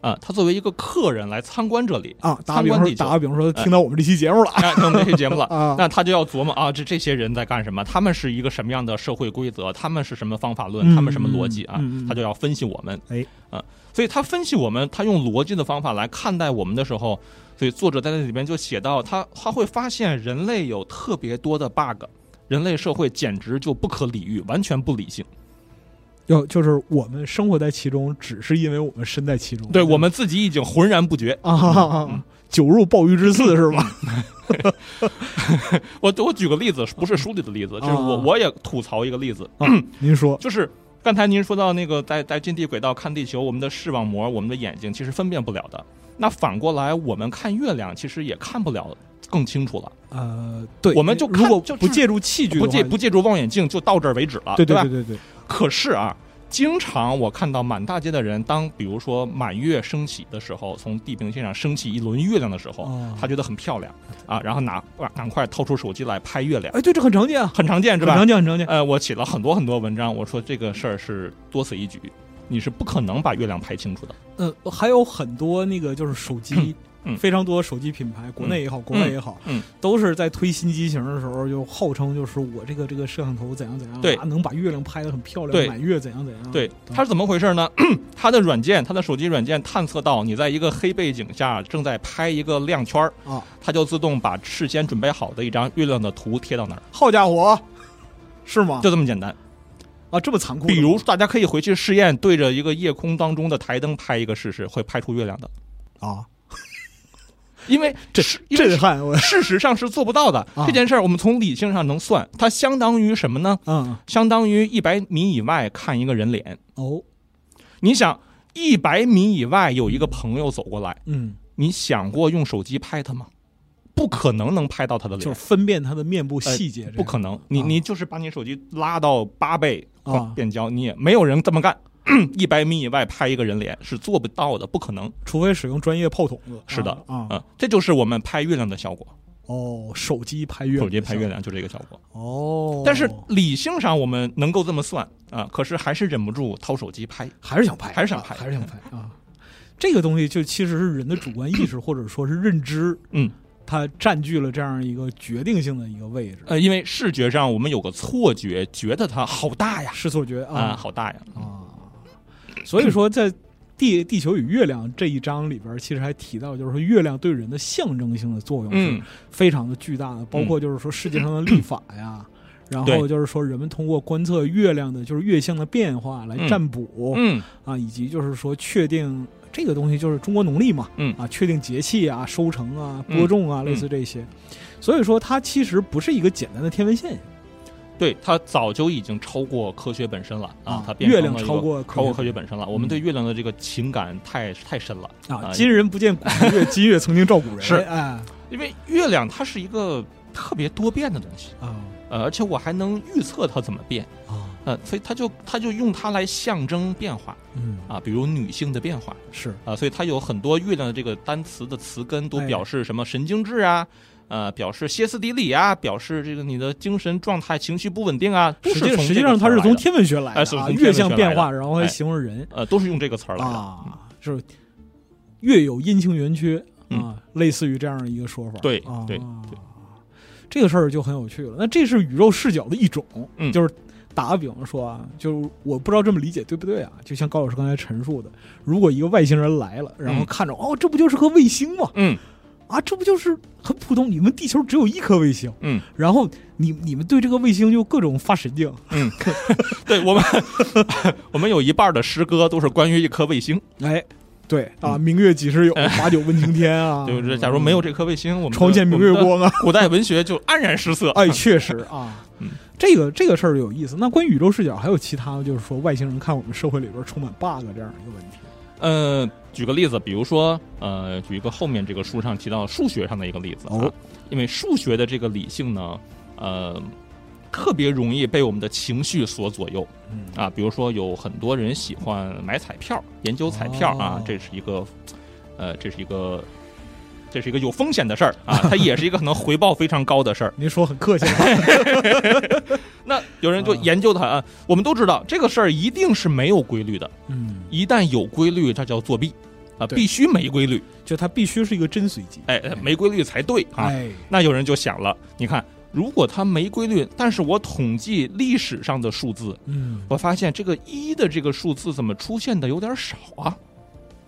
Speaker 2: 啊，他作为一个客人来参观这里
Speaker 1: 啊，打个比方说，
Speaker 2: 参观地球
Speaker 1: 打个比方说，听到我们这期节目了
Speaker 2: 哎，那我们这期节目了。
Speaker 1: 啊，
Speaker 2: 那他就要琢磨啊，这这些人在干什么？他们是一个什么样的社会规则？他们是什么方法论？
Speaker 1: 嗯
Speaker 2: 他们什么逻辑啊？
Speaker 1: 嗯嗯嗯
Speaker 2: 他就要分析我们。
Speaker 1: 哎，
Speaker 2: 啊，所以他分析我们，他用逻辑的方法来看待我们的时候，所以作者在这里边就写到，他他会发现人类有特别多的 bug，人类社会简直就不可理喻，完全不理性。
Speaker 1: 要就是我们生活在其中，只是因为我们身在其中。
Speaker 2: 对我们自嗯己已经浑然不觉。
Speaker 1: 啊，酒入鲍鱼之肆是吧？
Speaker 2: 我我举个例子，不是书里的例子，就是我
Speaker 1: 啊
Speaker 2: 我也吐槽一个例子，
Speaker 1: 啊，您说
Speaker 2: 就是刚才您说到那个在在近地轨道看地球，我们的视网膜，我们的眼睛其实分辨不了的。那反过来，我们看月亮其实也看不了更清楚了。
Speaker 1: 呃，对，
Speaker 2: 我们就看
Speaker 1: 如果
Speaker 2: 就
Speaker 1: 不借助器具的
Speaker 2: 不
Speaker 1: 话，
Speaker 2: 借不借助望远镜就到这儿为止了，
Speaker 1: 对
Speaker 2: 吧
Speaker 1: 对？对对对，
Speaker 2: 可是啊，经常我看到满大街的人，当比如说满月升起的时候，从地平线上升起一轮月亮的时候，
Speaker 1: 哦
Speaker 2: 他觉得很漂亮啊，然后拿哇赶快掏出手机来拍月亮，
Speaker 1: 哎，对，这很常见啊，
Speaker 2: 很常见是
Speaker 1: 很
Speaker 2: 吧
Speaker 1: 常？见，很常见。
Speaker 2: 呃，我写了很多很多文章，我说这个事儿是多此一举，你是不可能把月亮拍清楚的。
Speaker 1: 呃，还有很多那个就是手机。
Speaker 2: 嗯
Speaker 1: 非常多手机品牌，国内也好，国外也好，
Speaker 2: 嗯
Speaker 1: 都是在推新机型的时候，就号称就是我这个这个摄像头怎样怎样，
Speaker 2: 对
Speaker 1: 啊，能把月亮拍得很漂亮，
Speaker 2: 对
Speaker 1: 满月怎样怎样，
Speaker 2: 对，它是怎么回事呢？ 它的软件，它的手机软件探测到你在一个黑背景下正在拍一个亮圈儿，
Speaker 1: 啊，
Speaker 2: 它就自动把事先准备好的一张月亮的图贴到那儿，
Speaker 1: 好家伙，是吗？
Speaker 2: 就这么简单。
Speaker 1: 啊，这么残酷的吗，
Speaker 2: 比如大家可以回去试验，对着一个夜空当中的台灯拍一个试试，会拍出月亮的。
Speaker 1: 啊，
Speaker 2: 因为
Speaker 1: 这
Speaker 2: 是因为
Speaker 1: 震撼 我，
Speaker 2: 事实上是做不到的。
Speaker 1: 啊
Speaker 2: 这件事儿我们从理性上能算，它相当于什么呢？
Speaker 1: 嗯，
Speaker 2: 相当于一百米以外看一个人脸。
Speaker 1: 哦，
Speaker 2: 你想，一百米以外有一个朋友走过来，
Speaker 1: 嗯，
Speaker 2: 你想过用手机拍他吗？不可能能拍到他的
Speaker 1: 就是
Speaker 2: 脸，
Speaker 1: 分辨它的面部细节，
Speaker 2: 不可能。你
Speaker 1: 啊
Speaker 2: 你就是把你手机拉到八倍
Speaker 1: 啊
Speaker 2: 变焦，你也没有人这么干。一百米以外拍一个人脸是做不到的，不可能。
Speaker 1: 除非使用专业炮筒子。
Speaker 2: 是的
Speaker 1: 啊，
Speaker 2: 啊，这就是我们拍月亮的效果，
Speaker 1: 哦，手机拍月，
Speaker 2: 手机拍月，亮就这个效果。
Speaker 1: 哦，
Speaker 2: 但是理性上我们能够这么算啊，可是还是忍不住掏手机拍。
Speaker 1: 还是想拍，
Speaker 2: 还是想拍
Speaker 1: 啊还是想拍啊。这个东西就其实是人的主观意识或者说是认知，
Speaker 2: 嗯，
Speaker 1: 它占据了这样一个决定性的一个位置，
Speaker 2: 呃，因为视觉上我们有个错觉，觉得它好大呀，
Speaker 1: 视错觉
Speaker 2: 啊，
Speaker 1: 啊
Speaker 2: 好大呀，
Speaker 1: 啊，所以说在。地地球与月亮这一章里边，其实还提到，就是说月亮对人的象征性的作用是
Speaker 2: 嗯，
Speaker 1: 非常的巨大的，包括就是说世界上的历法 呀，然后
Speaker 2: 对
Speaker 1: 就是说人们通过观测月亮的就是月相的变化来
Speaker 2: 嗯
Speaker 1: 占卜、
Speaker 2: 嗯，
Speaker 1: 啊，以及就是说确定这个东西就是中国农历嘛，
Speaker 2: 嗯
Speaker 1: 啊，确定节气啊、收成啊、
Speaker 2: 嗯
Speaker 1: 播种啊，
Speaker 2: 嗯
Speaker 1: 类似这些。所以说它其实不是一个简单的天文现象
Speaker 2: 对，它早就已经超过科学本身了啊，它变
Speaker 1: 月
Speaker 2: 成
Speaker 1: 亮
Speaker 2: 了一
Speaker 1: 超
Speaker 2: 个
Speaker 1: 过
Speaker 2: 超过科
Speaker 1: 学
Speaker 2: 学本身了。我
Speaker 1: 嗯
Speaker 2: 们对月亮的这个情感太太深了
Speaker 1: 啊，今人不见古时月， 今月曾经照古人，
Speaker 2: 是
Speaker 1: 哎
Speaker 2: 因为月亮它是一个特别多变的东西，
Speaker 1: 啊
Speaker 2: 呃，而且我还能预测它怎么变，
Speaker 1: 啊
Speaker 2: 呃，所以它就它就用它来象征变化
Speaker 1: 嗯
Speaker 2: 啊，比如女性的变化。
Speaker 1: 是
Speaker 2: 啊，所以它有很多月亮的这个单词的词根都
Speaker 1: 哎
Speaker 2: 表示什么神经质啊，呃，表示歇斯底里啊，表示这个你的精神状态、情绪不稳定啊，都
Speaker 1: 实际
Speaker 2: 是从
Speaker 1: 实际
Speaker 2: 这个
Speaker 1: 上
Speaker 2: 词
Speaker 1: 它
Speaker 2: 儿
Speaker 1: 是
Speaker 2: 来
Speaker 1: 从
Speaker 2: 的
Speaker 1: 天文学来
Speaker 2: 哎
Speaker 1: 的
Speaker 2: 是
Speaker 1: 啊，
Speaker 2: 从天
Speaker 1: 月
Speaker 2: 文
Speaker 1: 相
Speaker 2: 学
Speaker 1: 变
Speaker 2: 来的
Speaker 1: 化，然后来
Speaker 2: 哎
Speaker 1: 形容人。
Speaker 2: 呃都是用这个词儿来的。
Speaker 1: 啊，就是月有阴晴圆缺
Speaker 2: 嗯
Speaker 1: 啊，类似于这样一个说法。
Speaker 2: 对
Speaker 1: 啊、
Speaker 2: 对
Speaker 1: 对，这个事儿就很有趣了。那这是宇宙视角的一种，
Speaker 2: 嗯
Speaker 1: 就是打个比方说啊，就是我不知道这么理解对不对啊？就像高老师刚才陈述的，如果一个外星人来了，然后
Speaker 2: 嗯
Speaker 1: 看着、哦，这不就是颗卫星吗？
Speaker 2: 嗯
Speaker 1: 啊，这不就是很普通？你们地球只有一颗卫星，
Speaker 2: 嗯，
Speaker 1: 然后你你们对这个卫星就各种发神经，
Speaker 2: 对我们 我们有一半的诗歌都是关于一颗卫星，
Speaker 1: 哎。对啊，明月几时有，把酒问青天 啊！
Speaker 2: 对不对？假如没有这颗卫星，我们
Speaker 1: 床
Speaker 2: 的
Speaker 1: 前明
Speaker 2: 我们
Speaker 1: 月
Speaker 2: 的
Speaker 1: 光啊，
Speaker 2: 古代文学就黯然失色。
Speaker 1: 哎，确实啊
Speaker 2: 嗯，
Speaker 1: 这个这个事儿有意思。那关于宇宙视角，还有其他的，就是说外星人看我们社会里边充满 bug 这样一个问题。
Speaker 2: 呃，举个例子，比如说，呃，举一个后面这个书上提到数学上的一个例子啊，
Speaker 1: 哦
Speaker 2: 因为数学的这个理性呢，呃，特别容易被我们的情绪所左右
Speaker 1: 嗯
Speaker 2: 啊。比如说，有很多人喜欢买彩票，研究彩票啊
Speaker 1: 哦，
Speaker 2: 这是一个，呃，这是一个，这是一个有风险的事儿啊，它也是一个可能回报非常高的事儿。
Speaker 1: 您说很客气啊，
Speaker 2: 那有人就
Speaker 1: 啊
Speaker 2: 研究它啊，我们都知道这个事儿一定是没有规律的，
Speaker 1: 嗯，
Speaker 2: 一旦有规律，它叫作弊啊，
Speaker 1: 对
Speaker 2: 必须没规律。
Speaker 1: 就它必须是一个真随机。
Speaker 2: 哎，没规律才对啊。
Speaker 1: 哎，
Speaker 2: 那有人就想了，你看，如果它没规律，但是我统计历史上的数字，
Speaker 1: 嗯，
Speaker 2: 我发现这个一的这个数字怎么出现的有点少啊？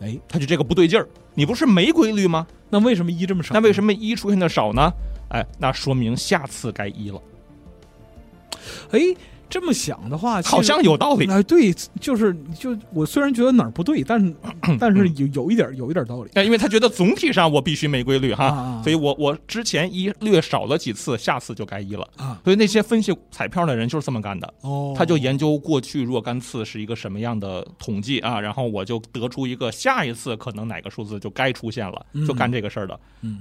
Speaker 1: 哎，
Speaker 2: 他就这个不对劲儿，你不是没规律吗？
Speaker 1: 那为什么一这么少？
Speaker 2: 那为什
Speaker 1: 么？
Speaker 2: 么一出现的少呢？哎，那说明下次该一了。
Speaker 1: 哎，这么想的话，其实
Speaker 2: 好像有道理。
Speaker 1: 哎，对，就是就我虽然觉得哪儿不对，但 是但
Speaker 2: 嗯
Speaker 1: 是有有一点有一点道理
Speaker 2: 哎，因为他觉得总体上我必须没规律
Speaker 1: 啊
Speaker 2: 哈，
Speaker 1: 啊
Speaker 2: 所以我我之前一略少了几次，下次就该一了。
Speaker 1: 啊
Speaker 2: 所以那些分析彩票的人就是这么干的，
Speaker 1: 哦，
Speaker 2: 他就研究过去若干次是一个什么样的统计啊，然后我就得出一个下一次可能哪个数字就该出现了
Speaker 1: 嗯，
Speaker 2: 就干这个事儿的。
Speaker 1: 嗯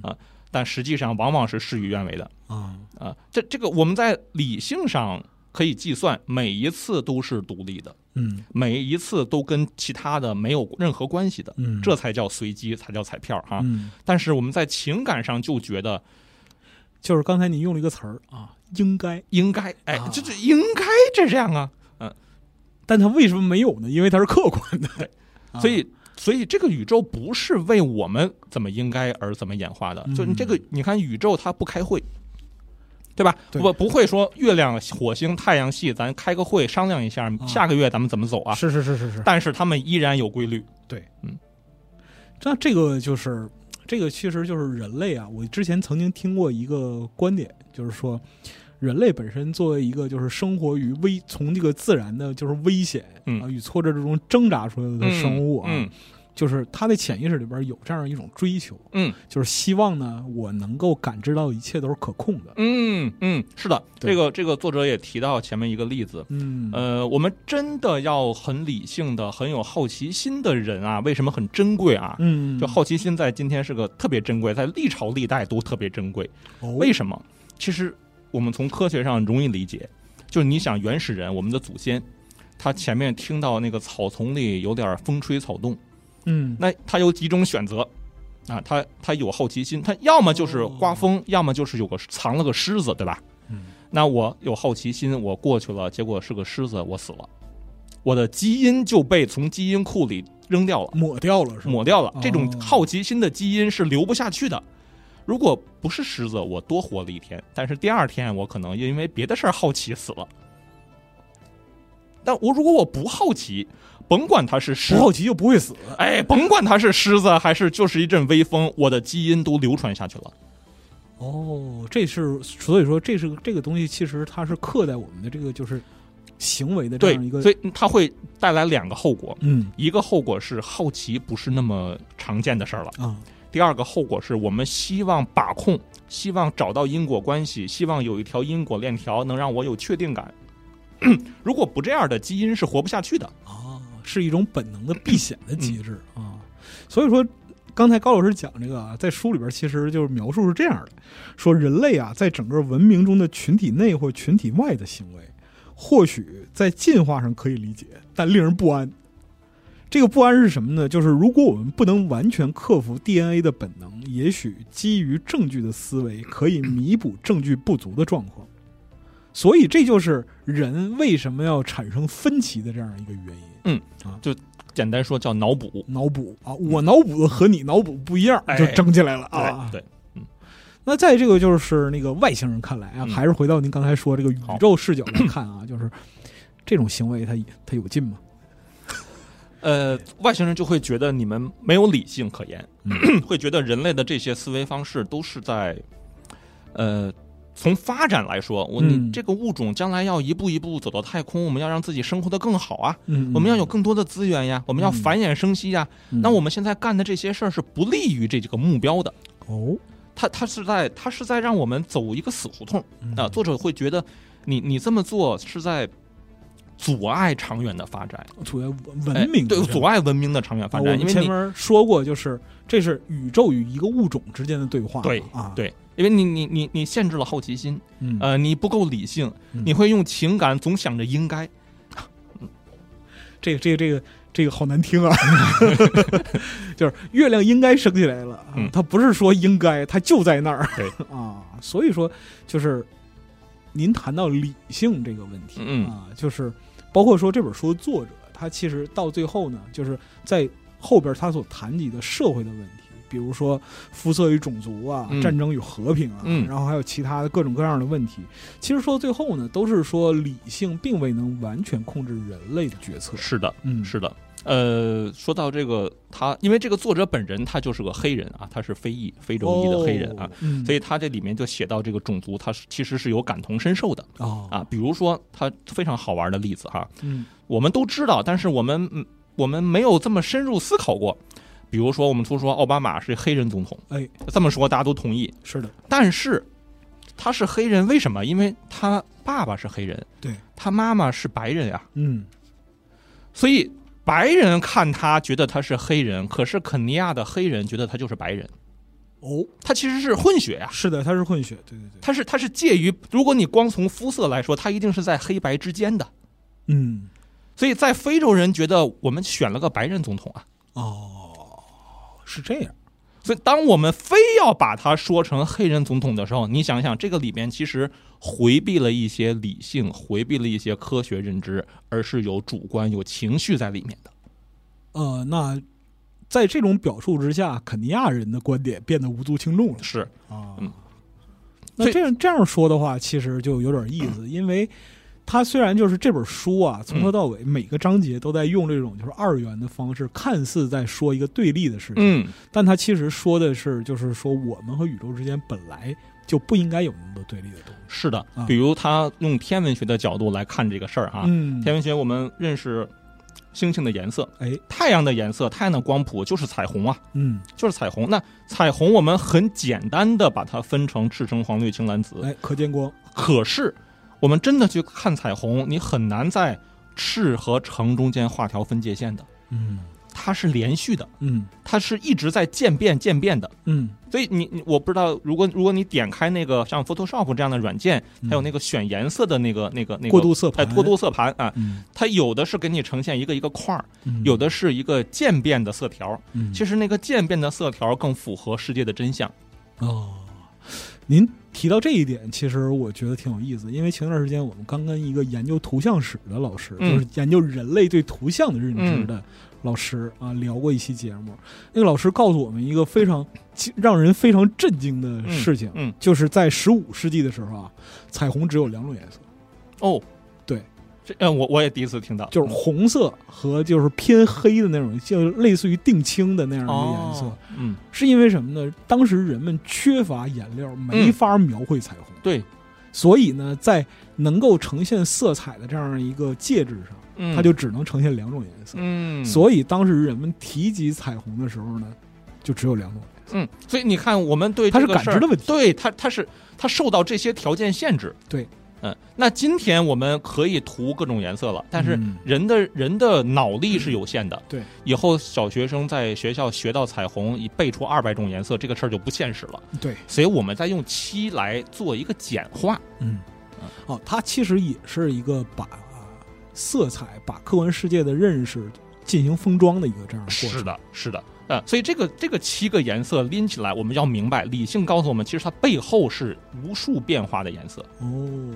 Speaker 2: 但实际上往往是事与愿违的
Speaker 1: 啊
Speaker 2: 啊。这这个我们在理性上可以计算，每一次都是独立的，
Speaker 1: 嗯
Speaker 2: 每一次都跟其他的没有任何关系的，
Speaker 1: 嗯，
Speaker 2: 这才叫随机，才叫彩票啊。
Speaker 1: 嗯
Speaker 2: 但是我们在情感上就觉得
Speaker 1: 就是刚才你用了一个词儿啊，应该，
Speaker 2: 应该，哎
Speaker 1: 啊，
Speaker 2: 就是应该这样啊。
Speaker 1: 但他为什么没有呢？因为他是客观的，啊
Speaker 2: 所以，所以这个宇宙不是为我们怎么应该而怎么演化的。
Speaker 1: 嗯
Speaker 2: 就你这个，你看宇宙它不开会，对吧？
Speaker 1: 对
Speaker 2: 不不会说月亮、火星、太阳系，咱开个会商量一下，下个月咱们怎么走啊？
Speaker 1: 啊是是是是是，
Speaker 2: 但是他们依然有规律。
Speaker 1: 那这个就是这个，其实就是人类啊。我之前曾经听过一个观点，就是说，人类本身作为一个就是生活于危从这个自然的就是危险
Speaker 2: 嗯
Speaker 1: 啊与挫折之中挣扎出来的生物啊，
Speaker 2: 嗯
Speaker 1: 就是他的潜意识里边有这样一种追求，
Speaker 2: 嗯
Speaker 1: 就是希望呢我能够感知到一切都是可控的。
Speaker 2: 嗯嗯，是的。
Speaker 1: 对
Speaker 2: 这个这个作者也提到前面一个例子，
Speaker 1: 嗯
Speaker 2: 呃，我们真的要很理性的、很有好奇心的人啊，为什么很珍贵啊？
Speaker 1: 嗯，
Speaker 2: 就好奇心在今天是个特别珍贵，在历朝历代都特别珍贵。
Speaker 1: 哦
Speaker 2: 为什么？其实我们从科学上容易理解，就是你想原始人，我们的祖先，他前面听到那个草丛里有点风吹草动，
Speaker 1: 嗯
Speaker 2: 那他有几种选择啊？他他有好奇心，他要么就是刮风，要么就是有个藏了个狮子，对吧？
Speaker 1: 嗯
Speaker 2: 那我有好奇心，我过去了，结果是个狮子，我死了，我的基因就被从基因库里扔掉了。
Speaker 1: 抹掉了是吧？
Speaker 2: 抹掉了
Speaker 1: 哦。
Speaker 2: 这种好奇心的基因是留不下去的。如果不是狮子，我多活了一天，但是第二天我可能因为别的事儿好奇死了。但我如果我不好奇，甭管它是狮
Speaker 1: 不，好奇就不会死。
Speaker 2: 哎，甭管它是狮子还是就是一阵微风，我的基因都流传下去了。
Speaker 1: 哦，这是所以说这是这个东西，其实它是刻在我们的这个就是行为的这
Speaker 2: 对
Speaker 1: 样一，个
Speaker 2: 所以它会带来两个后果，
Speaker 1: 嗯
Speaker 2: 一个后果是好奇不是那么常见的事儿了。
Speaker 1: 啊
Speaker 2: 第二个后果是我们希望把控，希望找到因果关系，希望有一条因果链条能让我有确定感。 如果不这样的基因是活不下去的。
Speaker 1: 啊，是一种本能的避险的机制啊。所以说，刚才高老师讲这个啊，在书里边其实就是描述是这样的：说人类啊，在整个文明中的群体内或群体外的行为，或许在进化上可以理解，但令人不安。这个不安是什么呢？就是如果我们不能完全克服 DNA 的本能，也许基于证据的思维可以弥补证据不足的状况。所以这就是人为什么要产生分歧的这样一个原因。
Speaker 2: 简单说叫脑补。
Speaker 1: 脑补啊，我脑补的和你脑补不一样，
Speaker 2: 嗯哎
Speaker 1: 就争起来了啊。
Speaker 2: 对对，
Speaker 1: 那在这个就是那个外星人看来啊，
Speaker 2: 嗯
Speaker 1: 还是回到您刚才说这个宇
Speaker 2: 好
Speaker 1: 宙视角来看啊，就是这种行为它它有劲吗？
Speaker 2: 呃，外星人就会觉得你们没有理性可 言，会觉得人类的这些思维方式都是在，呃。从发展来说，我
Speaker 1: 嗯
Speaker 2: 你这个物种将来要一步一步走到太空，我们要让自己生活的更好啊，
Speaker 1: 嗯，
Speaker 2: 我们要有更多的资源呀，我们要
Speaker 1: 嗯
Speaker 2: 繁衍生息呀，
Speaker 1: 嗯
Speaker 2: 那我们现在干的这些事儿是不利于这几个目标的，
Speaker 1: 哦
Speaker 2: 它它是在它是在让我们走一个死胡同
Speaker 1: 嗯
Speaker 2: 啊、作者会觉得你你这么做是在阻碍长远的发展，
Speaker 1: 阻碍文
Speaker 2: 哎
Speaker 1: 文明的
Speaker 2: 对
Speaker 1: 这
Speaker 2: 阻
Speaker 1: 种。
Speaker 2: 碍文明的长远
Speaker 1: 啊，
Speaker 2: 发
Speaker 1: 我
Speaker 2: 展，
Speaker 1: 们
Speaker 2: 因为
Speaker 1: 前
Speaker 2: 你
Speaker 1: 面说过，就是这是宇宙与一个物种之间的对话。
Speaker 2: 对
Speaker 1: 啊，，
Speaker 2: 对，因为你你你你限制了好奇心，
Speaker 1: 嗯，
Speaker 2: 呃，你不够理性，
Speaker 1: 嗯
Speaker 2: 你会用情感总想着应该，
Speaker 1: 这个这个这个这个好难听 啊， 就是月亮应该升起来了，啊
Speaker 2: 嗯
Speaker 1: 它不是说应该，它就在那儿，
Speaker 2: 对
Speaker 1: 啊，所以说就是您谈到理性这个问题、
Speaker 2: 嗯
Speaker 1: 啊，就是包括说这本书的作者，他其实到最后呢，就是在后边他所谈及的社会的问题。比如说肤色与种族啊，
Speaker 2: 嗯
Speaker 1: 战争与和平啊，
Speaker 2: 嗯
Speaker 1: 然后还有其他的各种各样的问题。其实说到最后呢，都是说理性并未能完全控制人类的决策。
Speaker 2: 是的，
Speaker 1: 嗯，
Speaker 2: 是的，呃，说到这个，他因为这个作者本人他就是个黑人啊，他是非裔非洲裔的黑人啊，
Speaker 1: 嗯
Speaker 2: 所以他这里面就写到这个种族，他是其实是有感同身受的
Speaker 1: 哦，
Speaker 2: 啊。比如说，他非常好玩的例子哈，
Speaker 1: 嗯
Speaker 2: 我们都知道，但是我们嗯我们没有这么深入思考过。比如说，我们都说奥巴马是黑人总统，
Speaker 1: 哎，
Speaker 2: 这么说大家都同意。
Speaker 1: 是的，
Speaker 2: 但是他是黑人，为什么？因为他爸爸是黑人，
Speaker 1: 对，
Speaker 2: 他妈妈是白人呀、
Speaker 1: 嗯
Speaker 2: 所以白人看他觉得他是黑人，可是肯尼亚的黑人觉得他就是白人，
Speaker 1: 哦，
Speaker 2: 他其实是混血呀、
Speaker 1: 是的，他是混血，对对对，
Speaker 2: 他是他是介于，如果你光从肤色来说，他一定是在黑白之间的。
Speaker 1: 嗯
Speaker 2: 所以在非洲人觉得我们选了个白人总统啊，
Speaker 1: 哦，是这样，
Speaker 2: 所以当我们非要把他说成黑人总统的时候，你想想这个里面其实回避了一些理性，回避了一些科学认知，而是有主观有情绪在里面的。
Speaker 1: 呃，那在这种表述之下，肯尼亚人的观点变得无足轻重了
Speaker 2: 是，
Speaker 1: 啊
Speaker 2: 嗯。
Speaker 1: 那
Speaker 2: 所以
Speaker 1: 这样这样说的话，其实就有点意思，因为他虽然就是这本书啊，从
Speaker 2: 嗯
Speaker 1: 头到尾每个章节都在用这种就是二元的方式，看似在说一个对立的事情，
Speaker 2: 嗯，
Speaker 1: 但他其实说的是，就是说我们和宇宙之间本来就不应该有那么多对立的东西。
Speaker 2: 是的
Speaker 1: 啊。
Speaker 2: 比如他用天文学的角度来看这个事儿啊，
Speaker 1: 嗯
Speaker 2: 天文学我们认识星星的颜色，
Speaker 1: 哎，
Speaker 2: 太阳的颜色，太阳的光谱就是彩虹啊。
Speaker 1: 嗯，
Speaker 2: 就是彩虹。那彩虹我们很简单的把它分成赤橙黄绿青蓝紫，
Speaker 1: 哎，可见光，
Speaker 2: 可是我们真的去看彩虹，你很难在赤和橙中间画条分界线的，
Speaker 1: 嗯
Speaker 2: 它是连续的，
Speaker 1: 嗯
Speaker 2: 它是一直在渐变渐变的。
Speaker 1: 嗯，
Speaker 2: 所以你你我不知道，如果如果你点开那个像 Photoshop 这样的软件，还有那
Speaker 1: 个
Speaker 2: 个选颜色的那个那个那个
Speaker 1: 嗯过渡色
Speaker 2: 哎
Speaker 1: 盘，
Speaker 2: 过渡色盘啊，
Speaker 1: 嗯，
Speaker 2: 它有的是给你呈现一个一个块儿，
Speaker 1: 嗯，
Speaker 2: 有的是一个渐变的色条。
Speaker 1: 嗯，
Speaker 2: 其实那个渐变的色条更符合世界的真相。
Speaker 1: 哦，您提到这一点，其实我觉得挺有意思，因为前段时间我们刚跟一个研究图像史的老师，
Speaker 2: 嗯
Speaker 1: 就是研究人类对图像的认知的老师啊，聊过一期节目。那个老师告诉我们一个非常其让人非常震惊的事情，
Speaker 2: 嗯嗯
Speaker 1: 就是在十五世纪的时候啊，彩虹只有两种颜色，
Speaker 2: 哦，
Speaker 1: 对，
Speaker 2: 这嗯，我我也第一次听到，
Speaker 1: 就是红色和就是偏黑的那种，就类似于靛青的那样
Speaker 2: 嗯
Speaker 1: 的颜色。
Speaker 2: 哦，嗯，
Speaker 1: 是因为什么呢？当时人们缺乏颜料，
Speaker 2: 嗯
Speaker 1: 没法描绘彩虹。
Speaker 2: 对，
Speaker 1: 所以呢，在能够呈现色彩的这样一个介质上，
Speaker 2: 嗯，
Speaker 1: 它就只能呈现两种颜色。
Speaker 2: 嗯，
Speaker 1: 所以当时人们提及彩虹的时候呢，就只有两种。
Speaker 2: 嗯，所以你看，我们对
Speaker 1: 它是
Speaker 2: 这个事
Speaker 1: 感
Speaker 2: 儿
Speaker 1: 知的问题
Speaker 2: 对它，它是它受到这些条件限制，
Speaker 1: 对，
Speaker 2: 嗯，那今天我们可以涂各种颜色了，但是
Speaker 1: 嗯
Speaker 2: 人的、人的脑力是有限的，
Speaker 1: 对，
Speaker 2: 以后小学生在学校学到彩虹，一背出二百种颜色，这个事儿就不现实了，
Speaker 1: 对，
Speaker 2: 所以我们在用七来做一个简化，
Speaker 1: 嗯，哦，它其实也是一个把色彩、把客观世界的认识进行封装的一个这样的过程。
Speaker 2: 是，的，是的，呃，所以这个这个七个颜色拎起来，我们要明白，理性告诉我们，其实它背后是无数变化的颜色。
Speaker 1: 哦，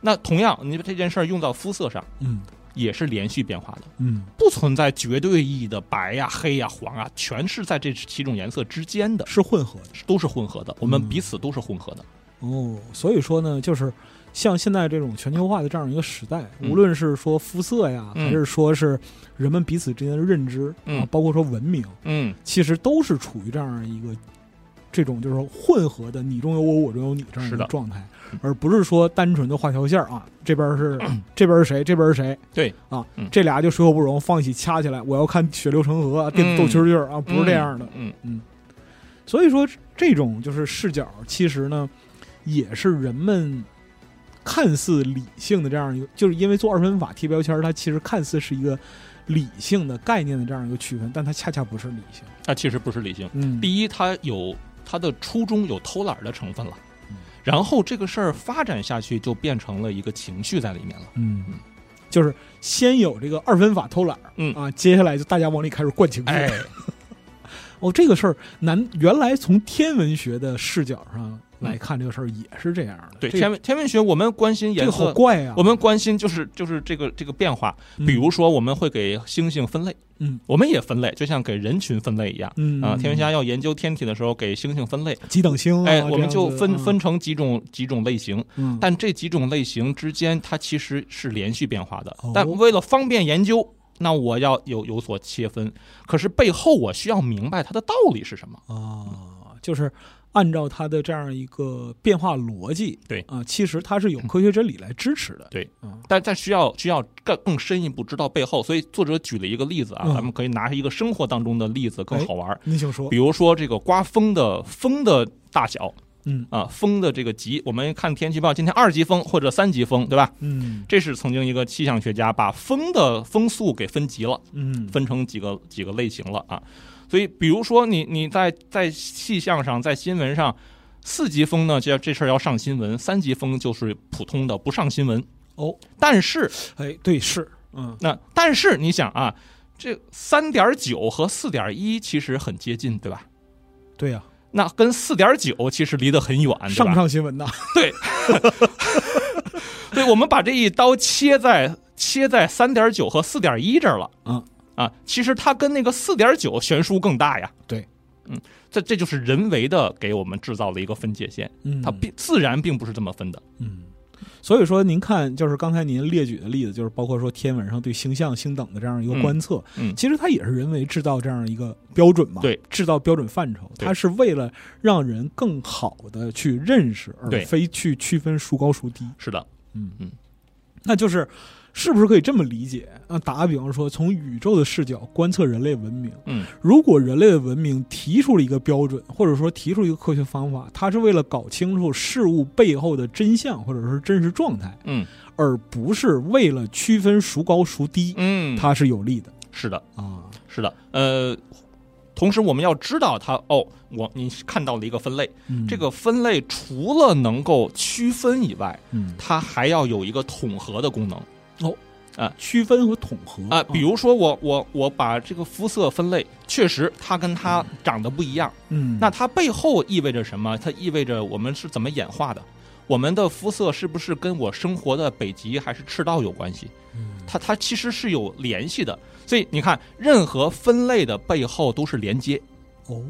Speaker 2: 那同样，你把这件事儿用到肤色上，
Speaker 1: 嗯
Speaker 2: 也是连续变化的，
Speaker 1: 嗯，
Speaker 2: 不存在绝对意义的白呀、黑呀、黄啊，全是在这七种颜色之间的，
Speaker 1: 是混合的。
Speaker 2: 都是混合的，我们
Speaker 1: 嗯
Speaker 2: 彼此都是混合的。
Speaker 1: 哦，所以说呢，就是像现在这种全球化的这样一个时代，
Speaker 2: 嗯
Speaker 1: 无论是说肤色呀，
Speaker 2: 嗯
Speaker 1: 还是说是人们彼此之间的认知，
Speaker 2: 嗯
Speaker 1: 啊，包括说文明，
Speaker 2: 嗯，
Speaker 1: 其实都是处于这样一个这种就是混合的你中有我，我中有你这样一
Speaker 2: 是
Speaker 1: 个
Speaker 2: 的
Speaker 1: 状态，而不是说单纯的画条线儿啊，这边 是这边是谁，这边是谁，
Speaker 2: 对
Speaker 1: 啊
Speaker 2: 嗯，
Speaker 1: 这俩就水火不容，放一起掐起来，我要看血流成河，啊，电子
Speaker 2: 嗯
Speaker 1: 斗蛐蛐儿啊，不是这样的。
Speaker 2: 嗯。嗯
Speaker 1: 所以说，这种就是视角，其实呢，也是人们看似理性的这样一个，就是因为做二分法贴标签儿，它其实看似是一个理性的概念的这样一个区分，但它恰恰不是理性。
Speaker 2: 那其实不是理性。
Speaker 1: 嗯，
Speaker 2: 第一，它有它的初衷有偷懒的成分了
Speaker 1: 嗯，
Speaker 2: 然后这个事儿发展下去就变成了一个情绪在里面了。
Speaker 1: 嗯，就是先有这个二分法偷懒儿，
Speaker 2: 嗯
Speaker 1: 啊，接下来就大家往里开始灌情绪。
Speaker 2: 哎，
Speaker 1: 哦，这个事儿难，原来从天文学的视角上来看，这个事儿也是这样的。
Speaker 2: 对，
Speaker 1: 这
Speaker 2: 天文天文学我们关心
Speaker 1: 这
Speaker 2: 颜
Speaker 1: 个好
Speaker 2: 色，
Speaker 1: 怪啊！
Speaker 2: 我们关心就是就是这个这个变化。
Speaker 1: 嗯
Speaker 2: 比如说，我们会给星星分类，
Speaker 1: 嗯，
Speaker 2: 我们也分类，就像给人群分类一样。
Speaker 1: 嗯
Speaker 2: 啊，天文家要研究天体的时候，给星星分类，
Speaker 1: 几等星啊，
Speaker 2: 哎，我们就
Speaker 1: 这
Speaker 2: 分
Speaker 1: 样子
Speaker 2: 分，成几种几种类型，
Speaker 1: 嗯嗯
Speaker 2: 但这几种类型之间它其实是连续变化的
Speaker 1: 哦。
Speaker 2: 但为了方便研究，那我要有有所切分。可是背后我需要明白它的道理是什么。
Speaker 1: 啊，就是按照它的这样一个变化逻辑，
Speaker 2: 对
Speaker 1: 啊，其实它是有科学真理来支持的，
Speaker 2: 对
Speaker 1: 啊，
Speaker 2: 但但需要需要更更深一步知道背后，所以作者举了一个例子啊，
Speaker 1: 嗯哎
Speaker 2: 咱们可以拿一个生活当中的例子更好玩儿，
Speaker 1: 你请说
Speaker 2: 比，如说这个刮风的风的大小
Speaker 1: 嗯
Speaker 2: 啊，风的这个级，我们看天气预报，今天二级风或者三级风，对吧？
Speaker 1: 嗯
Speaker 2: 这是曾经一个气象学家把风的风速给分级了，
Speaker 1: 嗯，
Speaker 2: 分成几个几个类型了啊。所以，比如说你你在在气象上，在新闻上，四级风呢，这这事儿要上新闻；三级风就是普通的，不上新闻。
Speaker 1: 哦，
Speaker 2: 但是
Speaker 1: 哎，对，是，嗯
Speaker 2: 那但是你想啊，这三点九和四点一其实很接近，对吧？
Speaker 1: 对呀，
Speaker 2: 那跟四点九其实离得很远，对
Speaker 1: 上不
Speaker 2: 吧？
Speaker 1: 上新 闻呐？
Speaker 2: 对，我们把这一刀切在切在三点九和四点一这儿了，
Speaker 1: 嗯
Speaker 2: 啊，其实它跟那个四点九悬殊更大呀。
Speaker 1: 对，
Speaker 2: 嗯，这这就是人为的给我们制造了一个分界线，
Speaker 1: 嗯，
Speaker 2: 它并自然并不是这么分的。
Speaker 1: 嗯。所以说，您看，就是刚才您列举的例子，就是包括说天文上对星象、星等的这样一个观测，
Speaker 2: 嗯嗯
Speaker 1: 其实它也是人为制造这样一个标准嘛，
Speaker 2: 对，
Speaker 1: 制造标准范畴，
Speaker 2: 对
Speaker 1: 它是为了让人更好的去认识，而
Speaker 2: 对
Speaker 1: 非去区分孰高孰低。
Speaker 2: 是的，
Speaker 1: 那就是，是不是可以这么理解？啊，打个比方说，从宇宙的视角观测人类文明，
Speaker 2: 嗯，
Speaker 1: 如果人类的文明提出了一个标准，或者说提出一个科学方法，它是为了搞清楚事物背后的真相或者是真实状态，
Speaker 2: 嗯
Speaker 1: 而不是为了区分孰高孰低，
Speaker 2: 嗯，
Speaker 1: 它是有利的
Speaker 2: 是的，
Speaker 1: 啊。
Speaker 2: 是的，呃。同时，我们要知道它哦，我你看到了一个分类，
Speaker 1: 嗯
Speaker 2: 这，个分类除了能够区分以外，
Speaker 1: 嗯，哦
Speaker 2: 它还要有一个统合的功能
Speaker 1: 区分和统合
Speaker 2: 啊。比，如说我我我把这个肤色分类，确实它跟它长得不一样，
Speaker 1: 嗯，
Speaker 2: 那它背后意味着什么？它意味着我们是怎么演化的。我们的肤色是不是跟我生活的北极还是赤道有关系？
Speaker 1: 嗯
Speaker 2: 它它其实是有联系的。所以你看，任何分类的背后都是连接。
Speaker 1: 哦，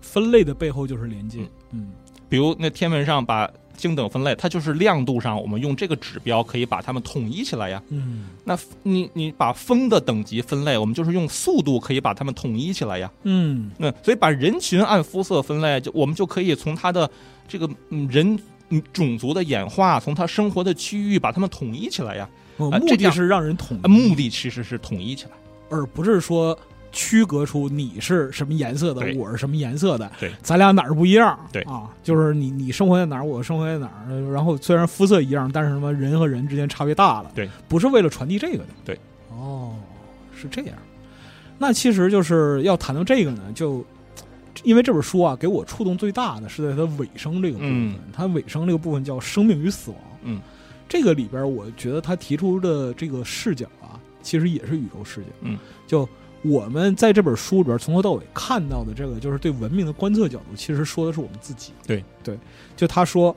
Speaker 1: 分类的背后就是连接，嗯
Speaker 2: 比如那天文上把星等分类，它就是亮度上，我们用这个指标可以把它们统一起来呀。
Speaker 1: 嗯
Speaker 2: 那你你把风的等级分类，我们就是用速度可以把它们统一起来呀。
Speaker 1: 嗯
Speaker 2: 那所以把人群按肤色分类，就我们就可以从他的这个嗯人嗯种族的演化，从他生活的区域把他们统一起来呀。
Speaker 1: 哦
Speaker 2: 啊
Speaker 1: 目
Speaker 2: 这
Speaker 1: 的
Speaker 2: 样
Speaker 1: 是让人统
Speaker 2: 啊目的其实是统一起来。
Speaker 1: 而不是说区隔出你是什么颜色的，
Speaker 2: 对
Speaker 1: 我是什么颜色的，
Speaker 2: 对
Speaker 1: 咱俩哪儿不一样？
Speaker 2: 对
Speaker 1: 啊，就是你你生活在哪儿，我生活在哪儿，然后虽然肤色一样，但是什么人和人之间差别大了，
Speaker 2: 对，
Speaker 1: 不是为了传递这个的，
Speaker 2: 对，
Speaker 1: 哦，是这样。那其实就是要谈到这个呢，就因为这本书啊，给我触动最大的是在它尾声这个部分，
Speaker 2: 嗯
Speaker 1: 它尾声这个部分叫“生命与死亡”。
Speaker 2: 嗯，
Speaker 1: 这个里边我觉得他提出的这个视角啊，其实也是宇宙视角。
Speaker 2: 嗯，
Speaker 1: 就我们在这本书里边从头到尾看到的这个，就是对文明的观测角度，其实说的是我们自己。
Speaker 2: 对
Speaker 1: 对，就他说。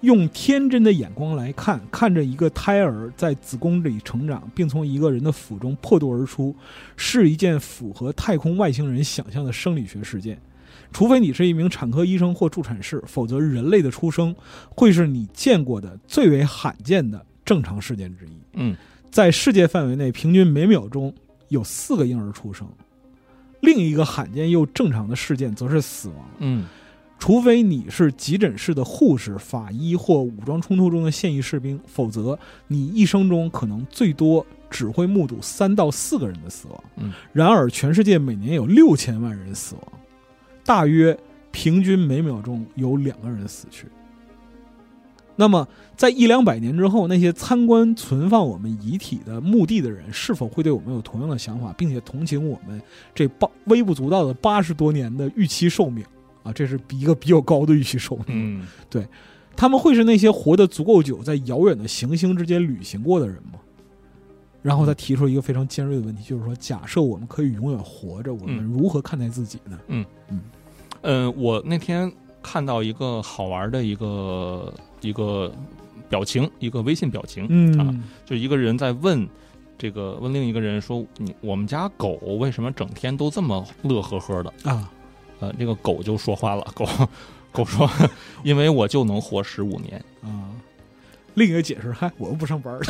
Speaker 1: 用天真的眼光来看，看着一个胎儿在子宫里成长，并从一个人的腹中破肚而出，是一件符合太空外星人想象的生理学事件。除非你是一名产科医生或助产士，否则人类的出生会是你见过的最为罕见的正常事件之一。
Speaker 2: 嗯
Speaker 1: 在世界范围内，平均每秒钟有四个婴儿出生。另一个罕见又正常的事件则是死亡，
Speaker 2: 嗯
Speaker 1: 除非你是急诊室的护士、法医或武装冲突中的现役士兵，否则你一生中可能最多只会目睹三到四个人的死亡。
Speaker 2: 嗯
Speaker 1: 然而，全世界每年有六千万人死亡，大约平均每秒钟有两个人死去。那么，在一两百年之后，那些参观存放我们遗体的墓地的人，是否会对我们有同样的想法，并且同情我们这八微不足道的八十多年的预期寿命啊？这是比一个比较高的预期寿命。
Speaker 2: 嗯
Speaker 1: 他们会是那些活得足够久，在遥远的行星之间旅行过的人吗？然后他提出一个非常尖锐的问题，就是说，假设我们可以永远活着，我们
Speaker 2: 嗯
Speaker 1: 如何看待自己呢？
Speaker 2: 呃，我那天看到一个好玩的一个一个表情，一个微信表情，啊，
Speaker 1: 嗯
Speaker 2: 就一个人在问。这个问另一个人说：“你我们家狗为什么整天都这么乐呵呵的？”
Speaker 1: 啊，
Speaker 2: 呃，那个狗就说话了， 狗狗说，因为我就能活十五年。
Speaker 1: 啊，另一个解释，嗨，我又不上班儿，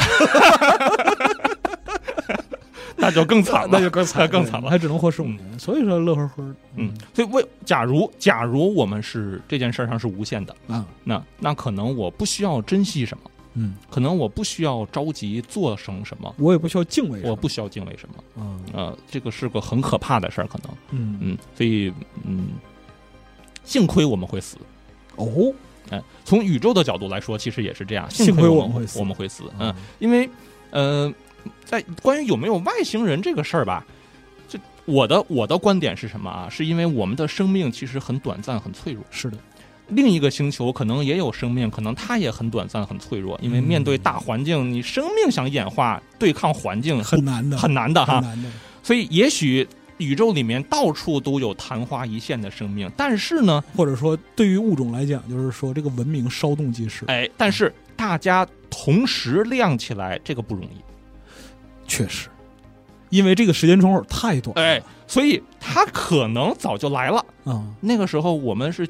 Speaker 2: 那就更惨
Speaker 1: 那
Speaker 2: 了
Speaker 1: 就。更惨，嗯
Speaker 2: 更惨了
Speaker 1: 还只能活十五年。所以说乐呵呵，
Speaker 2: 嗯，所以为假如假如我们是这件事儿上是无限的，
Speaker 1: 啊，
Speaker 2: 那那可能我不需要珍惜什么，
Speaker 1: 嗯，
Speaker 2: 可能我不需要着急做成什么，
Speaker 1: 我也不需要敬畏什么，
Speaker 2: 我不需要敬畏什么。
Speaker 1: 啊，
Speaker 2: 呃，这个是个很可怕的事儿，可能。
Speaker 1: 嗯，
Speaker 2: 嗯，所以嗯，幸亏我们会死。
Speaker 1: 哦，
Speaker 2: 哎，从宇宙的角度来说，其实也是这样。
Speaker 1: 幸
Speaker 2: 亏
Speaker 1: 亏
Speaker 2: 我
Speaker 1: 我们会死
Speaker 2: 我们会死。
Speaker 1: 啊
Speaker 2: 嗯，，因为呃，在关于有没有外星人这个事儿吧，这我的我的观点是什么啊？是因为我们的生命其实很短暂、很脆弱。
Speaker 1: 是的，
Speaker 2: 另一个星球可能也有生命，可能它也很短暂、很脆弱。因为面对大环境，你生命想演化对抗环境
Speaker 1: 很难的，
Speaker 2: 很难的哈
Speaker 1: 很。难的，
Speaker 2: 所以也许宇宙里面到处都有昙花一现的生命，但是呢，
Speaker 1: 或者说对于物种来讲，就是说这个文明稍纵即逝，
Speaker 2: 哎，但是大家同时亮起来，这个不容易。
Speaker 1: 确实，因为这个时间窗口太短，
Speaker 2: 哎，所以它可能早就来了。
Speaker 1: 啊
Speaker 2: 那个时候我们是，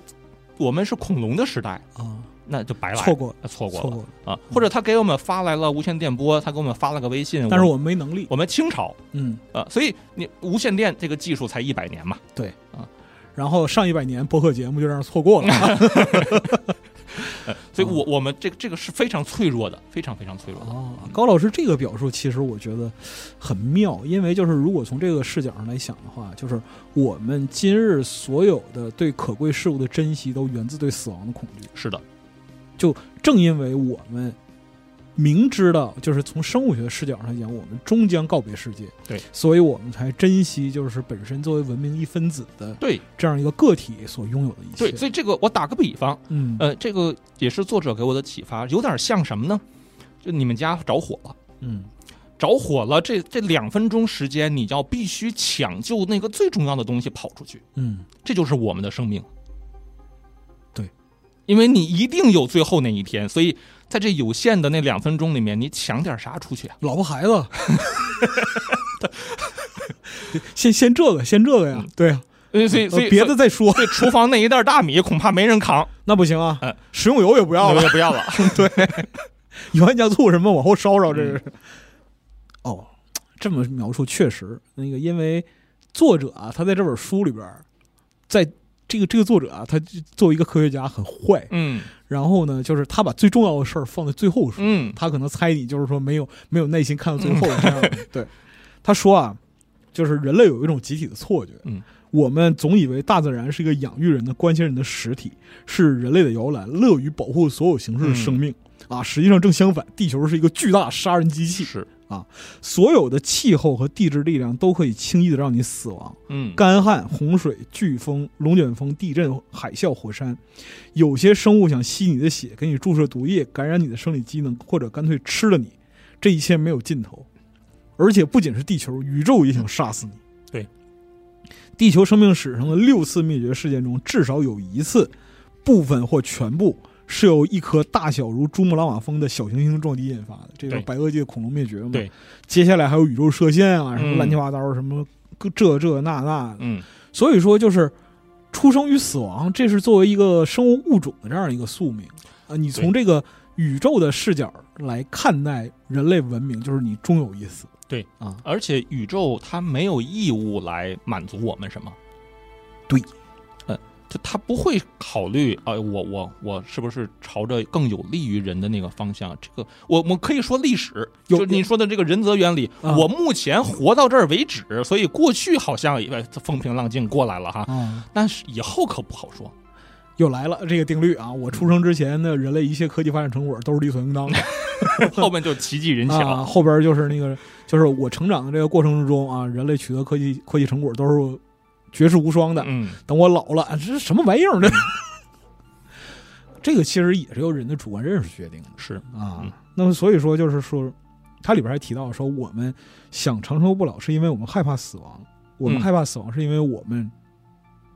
Speaker 2: 我们是恐龙的时代，
Speaker 1: 啊，
Speaker 2: 那就白来
Speaker 1: 错过
Speaker 2: 呃错过
Speaker 1: 错
Speaker 2: 了
Speaker 1: 过了，
Speaker 2: 啊！或者他给我们发来了无线电波，他给我们发了个微信，
Speaker 1: 但是
Speaker 2: 我
Speaker 1: 我们没能力，
Speaker 2: 我们清朝
Speaker 1: 嗯，
Speaker 2: 啊，所以你无线电这个技术才一百年嘛，
Speaker 1: 然后上一百年播客节目就这样错过了，
Speaker 2: 所以我我们这个这个是非常脆弱的，非常非常脆弱的。
Speaker 1: 嗯 哦，高老师这个表述其实我觉得很妙，因为就是如果从这个视角上来想的话，就是我们今日所有的对可贵事物的珍惜，都源自对死亡的恐惧。
Speaker 2: 是的，
Speaker 1: 正因为我们明知道，就是从生物学视角上来讲，我们终将告别世界，
Speaker 2: 对，
Speaker 1: 所以我们才珍惜，就是本身作为文明一分子的
Speaker 2: 对
Speaker 1: 这样一个个体所拥有的一切。
Speaker 2: 对，所以这个我打个比方，
Speaker 1: 嗯
Speaker 2: 呃，这个也是作者给我的启发，有点像什么呢？就你们家着火了，
Speaker 1: 嗯，
Speaker 2: 着火了，这这两分钟时间，你要必须抢救那个最重要的东西跑出去，
Speaker 1: 嗯，
Speaker 2: 这就是我们的生命。
Speaker 1: 对，
Speaker 2: 因为你一定有最后那一天，所以在这有限的那两分钟里面，你抢点啥出去啊？
Speaker 1: 老婆孩子， 先先这个，先这个呀，对呀、
Speaker 2: 呃所以所
Speaker 1: 呃
Speaker 2: 以
Speaker 1: 别的再说。
Speaker 2: 所以厨房那一袋大米恐怕没人扛，
Speaker 1: 那不行啊
Speaker 2: 嗯，
Speaker 1: 食用油也不要了，
Speaker 2: 也不要了。
Speaker 1: 油盐酱醋什么往后烧烧，这是。哦，这么描述确实那个，因为作者啊，他在这本书里边儿，在这个这个作者啊，他就作为一个科学家很坏，
Speaker 2: 嗯
Speaker 1: 然后呢，就是他把最重要的事儿放在最后说，
Speaker 2: 嗯
Speaker 1: 他可能猜你就是说没有没有耐心看到最后这样的。对，他说啊，就是人类有一种集体的错觉，
Speaker 2: 嗯，
Speaker 1: 我们总以为大自然是一个养育人的、关心人的实体，是人类的摇篮，乐于保护所有形式的生命。啊，实际上正相反，地球是一个巨大的杀人机器，
Speaker 2: 是
Speaker 1: 所有的气候和地质力量都可以轻易的让你死亡。
Speaker 2: 嗯
Speaker 1: 干旱、洪水、飓风、龙卷风、地震、海啸、火山，有些生物想吸你的血，给你注射毒液，感染你的生理机能，或者干脆吃了你。这一切没有尽头，而且不仅是地球，宇宙也想杀死你。
Speaker 2: 对，
Speaker 1: 地球生命史上的六次灭绝事件中，至少有一次，部分或全部。是由一颗大小如珠穆朗玛峰的小行星撞击引发的，这个
Speaker 2: 对
Speaker 1: 白垩纪的恐龙灭绝嘛。
Speaker 2: 对，
Speaker 1: 接下来还有宇宙射线啊，什么
Speaker 2: 嗯
Speaker 1: 乱七八糟，什么各这这那那的，
Speaker 2: 嗯
Speaker 1: 所以说，就是出生与死亡，这是作为一个生物物种的这样一个宿命啊。你从这个宇宙的视角来看待人类文明，就是你终有一死。
Speaker 2: 对
Speaker 1: 啊，
Speaker 2: 而且宇宙它没有义务来满足我们什么？
Speaker 1: 对，
Speaker 2: 呃，它它不会考虑啊、我我我是不是朝着更有利于人的那个方向？这个我我可以说历史，
Speaker 1: 有
Speaker 2: 就你说的这个仁泽原理，
Speaker 1: 啊
Speaker 2: 我目前活到这儿为止，所以过去好像也哎风平浪静过来了哈，
Speaker 1: 啊，
Speaker 2: 但是以后可不好 说。
Speaker 1: 又来了这个定律啊！我出生之前的人类一切科技发展成果都是理所应当的
Speaker 2: 后面就奇迹人
Speaker 1: 啊。
Speaker 2: 巧，
Speaker 1: 后边就是那个，就是我成长的这个过程之中啊，人类取得科技科技成果都是绝世无双的。
Speaker 2: 嗯，
Speaker 1: 等我老了，这是什么玩意儿？这 这个其实也是由人的主观认识决定的。
Speaker 2: 是，
Speaker 1: 啊
Speaker 2: 嗯。
Speaker 1: 那么所以说，就是说，它里边还提到说，我们想长生不老，是因为我们害怕死亡；我们
Speaker 2: 嗯
Speaker 1: 害怕死亡，是因为我们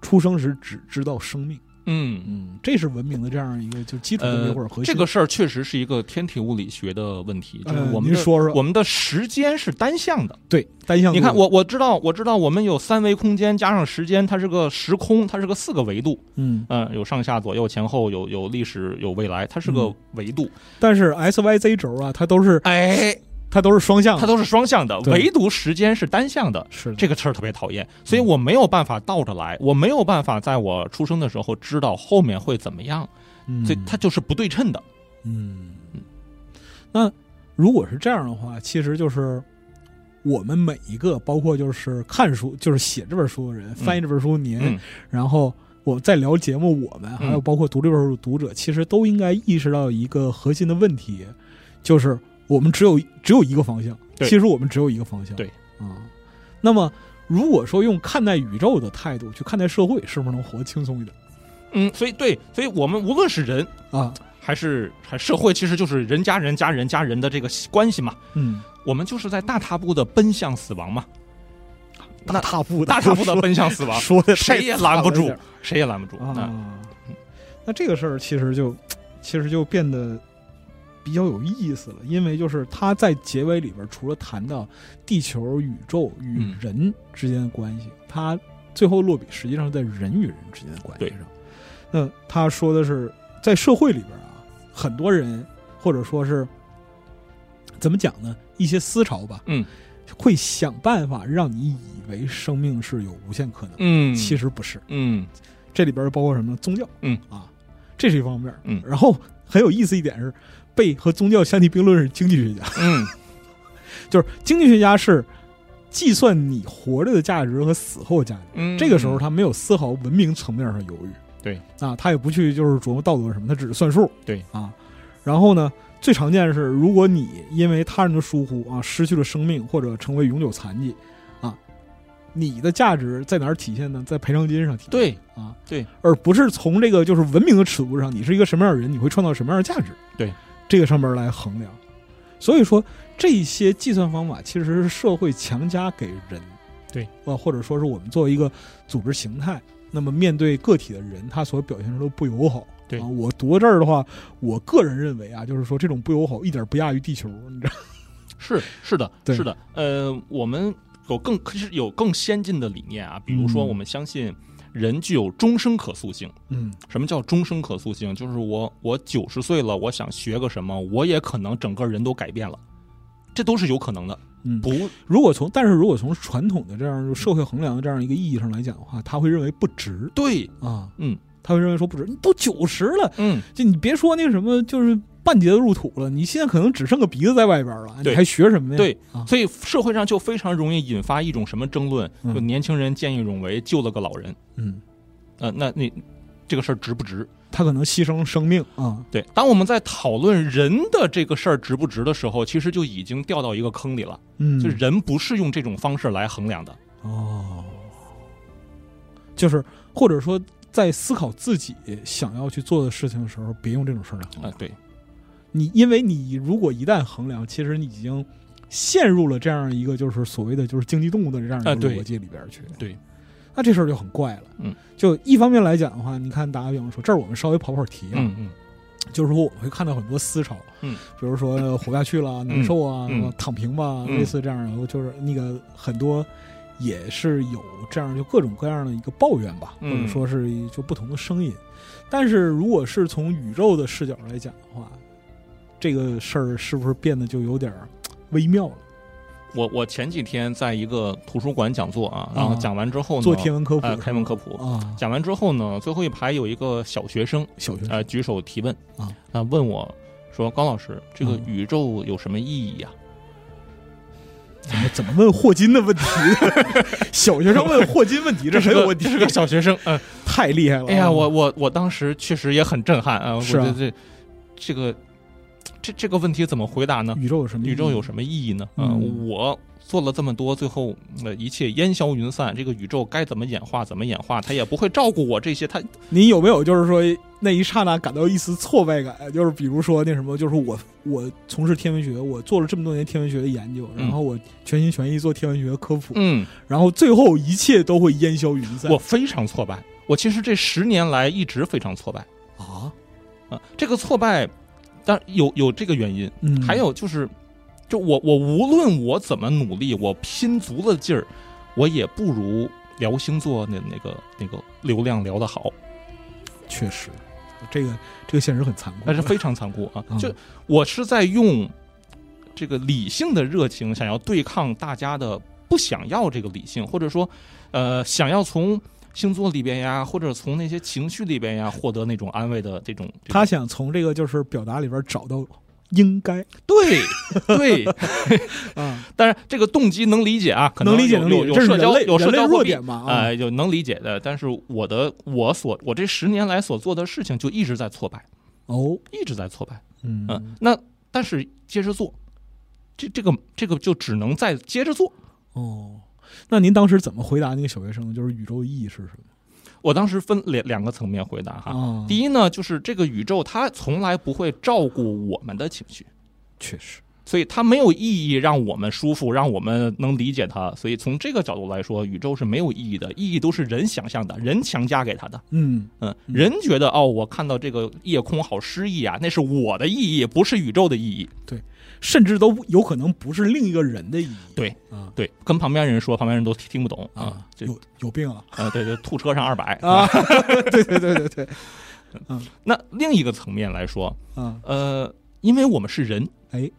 Speaker 1: 出生时只知道生命。
Speaker 2: 嗯。
Speaker 1: 嗯，这是文明的这样一个就基础文明
Speaker 2: 呃
Speaker 1: 或者核
Speaker 2: 这
Speaker 1: 心。
Speaker 2: 个事儿确实是一个天体物理学的问题，就是
Speaker 1: 呃
Speaker 2: 我们
Speaker 1: 您
Speaker 2: 的、
Speaker 1: 说说
Speaker 2: 我们的时间是单向的。
Speaker 1: 对单向度，
Speaker 2: 你看，我我知道，我知道，我们有三维空间加上时间，它是个时空，它是个四个维度，
Speaker 1: 嗯，
Speaker 2: 嗯、有上下左右前后，有有历史，有未来，它是个
Speaker 1: 嗯
Speaker 2: 维度。
Speaker 1: 但是 S Y Z 轴啊，它都是
Speaker 2: 哎，
Speaker 1: 它都是双向
Speaker 2: 它
Speaker 1: 的，
Speaker 2: 都是双向的，
Speaker 1: 嗯对
Speaker 2: 唯独时间是单向的。
Speaker 1: 是的
Speaker 2: 这个事儿特别讨厌，所
Speaker 1: 嗯
Speaker 2: 以我没有办法倒着来，我没有办法在我出生的时候知道后面会怎么样，
Speaker 1: 嗯
Speaker 2: 所以它就是不对称的。
Speaker 1: 嗯，那如果是这样的话，其实就是我们每一个，包括就是看书，就是写这本书的人，翻译这本书您，
Speaker 2: 嗯，
Speaker 1: 然后我在聊节目，我们还有包括读这本书的读者，其实都应该意识到一个核心的问题，就是我们只有只有一个方向。
Speaker 2: 对
Speaker 1: 其实我们只有一个方向。
Speaker 2: 对
Speaker 1: 啊、那么如果说用看待宇宙的态度去看待社会，是不是能活得轻松一点
Speaker 2: 嗯，所以对，所以我们无论是人
Speaker 1: 啊？
Speaker 2: 还是还社会，其实就是人加人加人加人的这个关系嘛，
Speaker 1: 嗯，
Speaker 2: 我们就是在大踏步的奔向死亡嘛，
Speaker 1: 大踏步的，
Speaker 2: 大踏步的
Speaker 1: 说
Speaker 2: 奔向死亡，
Speaker 1: 说的
Speaker 2: 谁也拦不住，谁也拦不住。嗯
Speaker 1: 啊。那这个事儿其实就其实就变得比较有意思了，因为就是他在结尾里边除了谈到地球、宇宙与
Speaker 2: 嗯
Speaker 1: 人之间的关系，他最后落笔实际上是在人与人之间的关系
Speaker 2: 对
Speaker 1: 上。那他说的是在社会里边啊，很多人或者说是怎么讲呢？一些思潮吧，
Speaker 2: 嗯，
Speaker 1: 会想办法让你以为生命是有无限可能，
Speaker 2: 嗯，
Speaker 1: 其实不是。
Speaker 2: 嗯
Speaker 1: 这里边儿包括什么呢？宗教，
Speaker 2: 嗯
Speaker 1: 啊，这是一方面儿，
Speaker 2: 嗯
Speaker 1: 然后很有意思一点是，被和宗教相提并论是经济学家，
Speaker 2: 嗯
Speaker 1: 就是经济学家是计算你活着的价值和死后的价值。
Speaker 2: 嗯，
Speaker 1: 这个时候他没有丝毫文明层面上犹豫，
Speaker 2: 对
Speaker 1: 啊，他也不去就是琢磨道德什么，他只是算数，
Speaker 2: 对
Speaker 1: 啊。然后呢，最常见的是，如果你因为他人的疏忽啊失去了生命或者成为永久残疾，啊，你的价值在哪儿体现呢？在赔偿金上体现，
Speaker 2: 对
Speaker 1: 啊，
Speaker 2: 对，
Speaker 1: 而不是从这个就是文明的尺度上，你是一个什么样的人，你会创造什么样的价值，
Speaker 2: 对
Speaker 1: 这个上面来衡量。所以说，这些计算方法其实是社会强加给人，
Speaker 2: 对，
Speaker 1: 呃，或者说是我们作为一个组织形态，那么面对个体的人，他所表现出的不友好。
Speaker 2: 对
Speaker 1: 啊，我读到这儿的话，我个人认为啊，就是说这种不友好一点不亚于地球，你知道？
Speaker 2: 是是的，
Speaker 1: 对
Speaker 2: 是的，呃，我们有更其实有更先进的理念啊，比如说
Speaker 1: 嗯
Speaker 2: 我们相信人具有终生可塑性。
Speaker 1: 嗯
Speaker 2: 什么叫终生可塑性？就是我我九十岁了，我想学个什么，我也可能整个人都改变了，这都是有可能的。
Speaker 1: 嗯。
Speaker 2: 不，
Speaker 1: 如果从但是如果从传统的这样就社会衡量的这样一个意义上来讲的话，他会认为不值
Speaker 2: 对，
Speaker 1: 啊，
Speaker 2: 嗯，
Speaker 1: 他会认为说不值，你都九十了，
Speaker 2: 嗯，
Speaker 1: 就你别说那什么，就是半截子入土了，你现在可能只剩个鼻子在外边了，你
Speaker 2: 对
Speaker 1: 还学什么呀？
Speaker 2: 对
Speaker 1: 啊，
Speaker 2: 所以社会上就非常容易引发一种什么争论，
Speaker 1: 嗯
Speaker 2: 就年轻人见义勇为救了个老人，
Speaker 1: 嗯，
Speaker 2: 呃，那那这个事儿值不值？
Speaker 1: 他可能牺牲生命啊，
Speaker 2: 对，当我们在讨论人的这个事儿值不值的时候，其实就已经掉到一个坑里了。
Speaker 1: 嗯，
Speaker 2: 就人不是用这种方式来衡量的。
Speaker 1: 哦，就是或者说在思考自己想要去做的事情的时候，别用这种事儿来衡
Speaker 2: 啊
Speaker 1: 量。，
Speaker 2: 对，
Speaker 1: 你因为你如果一旦衡量，其实你已经陷入了这样一个就是所谓的就是经济动物的这样一
Speaker 2: 啊
Speaker 1: 个
Speaker 2: 对
Speaker 1: 逻辑里边去。
Speaker 2: 对
Speaker 1: 那这事儿就很怪了。
Speaker 2: 嗯，
Speaker 1: 就一方面来讲的话，你看打个比方说，这儿我们稍微跑跑题啊，
Speaker 2: 嗯嗯，
Speaker 1: 就是说我们会看到很多思潮，
Speaker 2: 嗯，
Speaker 1: 比如说活不下去了、难受啊、
Speaker 2: 嗯
Speaker 1: 躺平吧，
Speaker 2: 嗯
Speaker 1: 类似这样的，就是那个很多也是有这样就各种各样的一个抱怨吧，
Speaker 2: 嗯
Speaker 1: 或者说是就不同的声音。但是如果是从宇宙的视角来讲的话，这个事儿是不是变得就有点儿微妙了？
Speaker 2: 我我前几天在一个图书馆讲座啊，然后讲完之后呢，
Speaker 1: 嗯做天文科普
Speaker 2: 呃
Speaker 1: 是吧，
Speaker 2: 天文科普。
Speaker 1: 啊，
Speaker 2: 讲完之后呢，最后一排有一个小学生，
Speaker 1: 小学生
Speaker 2: 呃，举手提问
Speaker 1: 嗯啊，
Speaker 2: 啊，问我说：“高老师，这个
Speaker 1: 嗯
Speaker 2: 宇宙有什么意义啊呀、
Speaker 1: 怎么怎么问霍金的问题？ 小学生问霍金问题，这很
Speaker 2: 是个
Speaker 1: 有问题
Speaker 2: 这，是个小学生，嗯、
Speaker 1: 太厉害了啊！
Speaker 2: 哎呀，我我我当时确实也很震撼啊，我
Speaker 1: 是
Speaker 2: 觉
Speaker 1: 啊
Speaker 2: 得这这个这这个问题怎么回答呢？
Speaker 1: 宇宙有什么意义？
Speaker 2: 宇宙有什么意义呢？嗯、
Speaker 1: 嗯
Speaker 2: 我做了这么多，最后呃一切烟消云散，这个宇宙该怎么演化怎么演化，它也不会照顾我这些，它
Speaker 1: 您有没有就是说那一刹那感到一丝挫败感？就是比如说那什么，就是我我从事天文学，我做了这么多年天文学的研究，
Speaker 2: 嗯
Speaker 1: 然后我全心全意做天文学的科普，
Speaker 2: 嗯，
Speaker 1: 然后最后一切都会烟消云散。
Speaker 2: 我非常挫败。我其实这十年来一直非常挫败
Speaker 1: 啊，
Speaker 2: 啊，这个挫败，当然有有这个原因，
Speaker 1: 嗯，
Speaker 2: 还有就是，就我我无论我怎么努力，我拼足了劲儿，我也不如聊星座那那个那个流量聊得好，
Speaker 1: 嗯确实，这个这个现实很残酷，
Speaker 2: 但是非常残酷啊
Speaker 1: 嗯！
Speaker 2: 就我是在用这个理性的热情，想要对抗大家的不想要这个理性，或者说，呃，想要从星座里边呀，或者从那些情绪里边呀，获得那种安慰的这种。这
Speaker 1: 他
Speaker 2: 种
Speaker 1: 想从这个就是表达里边找到应该
Speaker 2: 对对，
Speaker 1: 啊，
Speaker 2: 但是这个动机能理解啊，可
Speaker 1: 能理解
Speaker 2: 有
Speaker 1: 能理
Speaker 2: 有
Speaker 1: 解，
Speaker 2: 有
Speaker 1: 这是
Speaker 2: 社
Speaker 1: 人
Speaker 2: 交
Speaker 1: 类
Speaker 2: 有社
Speaker 1: 人类
Speaker 2: 交货
Speaker 1: 弱
Speaker 2: 币
Speaker 1: 点嘛啊，
Speaker 2: 呃，有能理解的，但是我的我所我这十年来所做的事情就一直在挫败，
Speaker 1: 哦，
Speaker 2: 一直在挫败。嗯
Speaker 1: 嗯，，
Speaker 2: 那但是接着做，这这个这个就只能再接着做。
Speaker 1: 哦，那您当时怎么回答那个小学生？就是宇宙意义是什么？
Speaker 2: 我当时分两两个层面回答哈。
Speaker 1: 啊，
Speaker 2: 第
Speaker 1: 一
Speaker 2: 一呢，就是这个宇宙它从来不会照顾我们的情绪，
Speaker 1: 确实，
Speaker 2: 所以它没有意义让我们舒服，让我们能理解它。所以从这个角度来说，宇宙是没有意义的，意义都是人想象的，人强加给他的。
Speaker 1: 嗯，
Speaker 2: 嗯，人觉得哦，我看到这个夜空好诗意啊，那是我的意义，不是宇宙的意义。
Speaker 1: 甚至都有可能不是另一个人的意义。
Speaker 2: 对
Speaker 1: 啊
Speaker 2: 对，跟旁边人说，旁边人都听不懂啊
Speaker 1: 啊，。
Speaker 2: 这
Speaker 1: 有有病啊
Speaker 2: 啊，对对，吐车上二百
Speaker 1: 啊！对对对对对
Speaker 2: 那另一个层面来说，
Speaker 1: 啊，
Speaker 2: 呃，因为我们是人，
Speaker 1: 哎，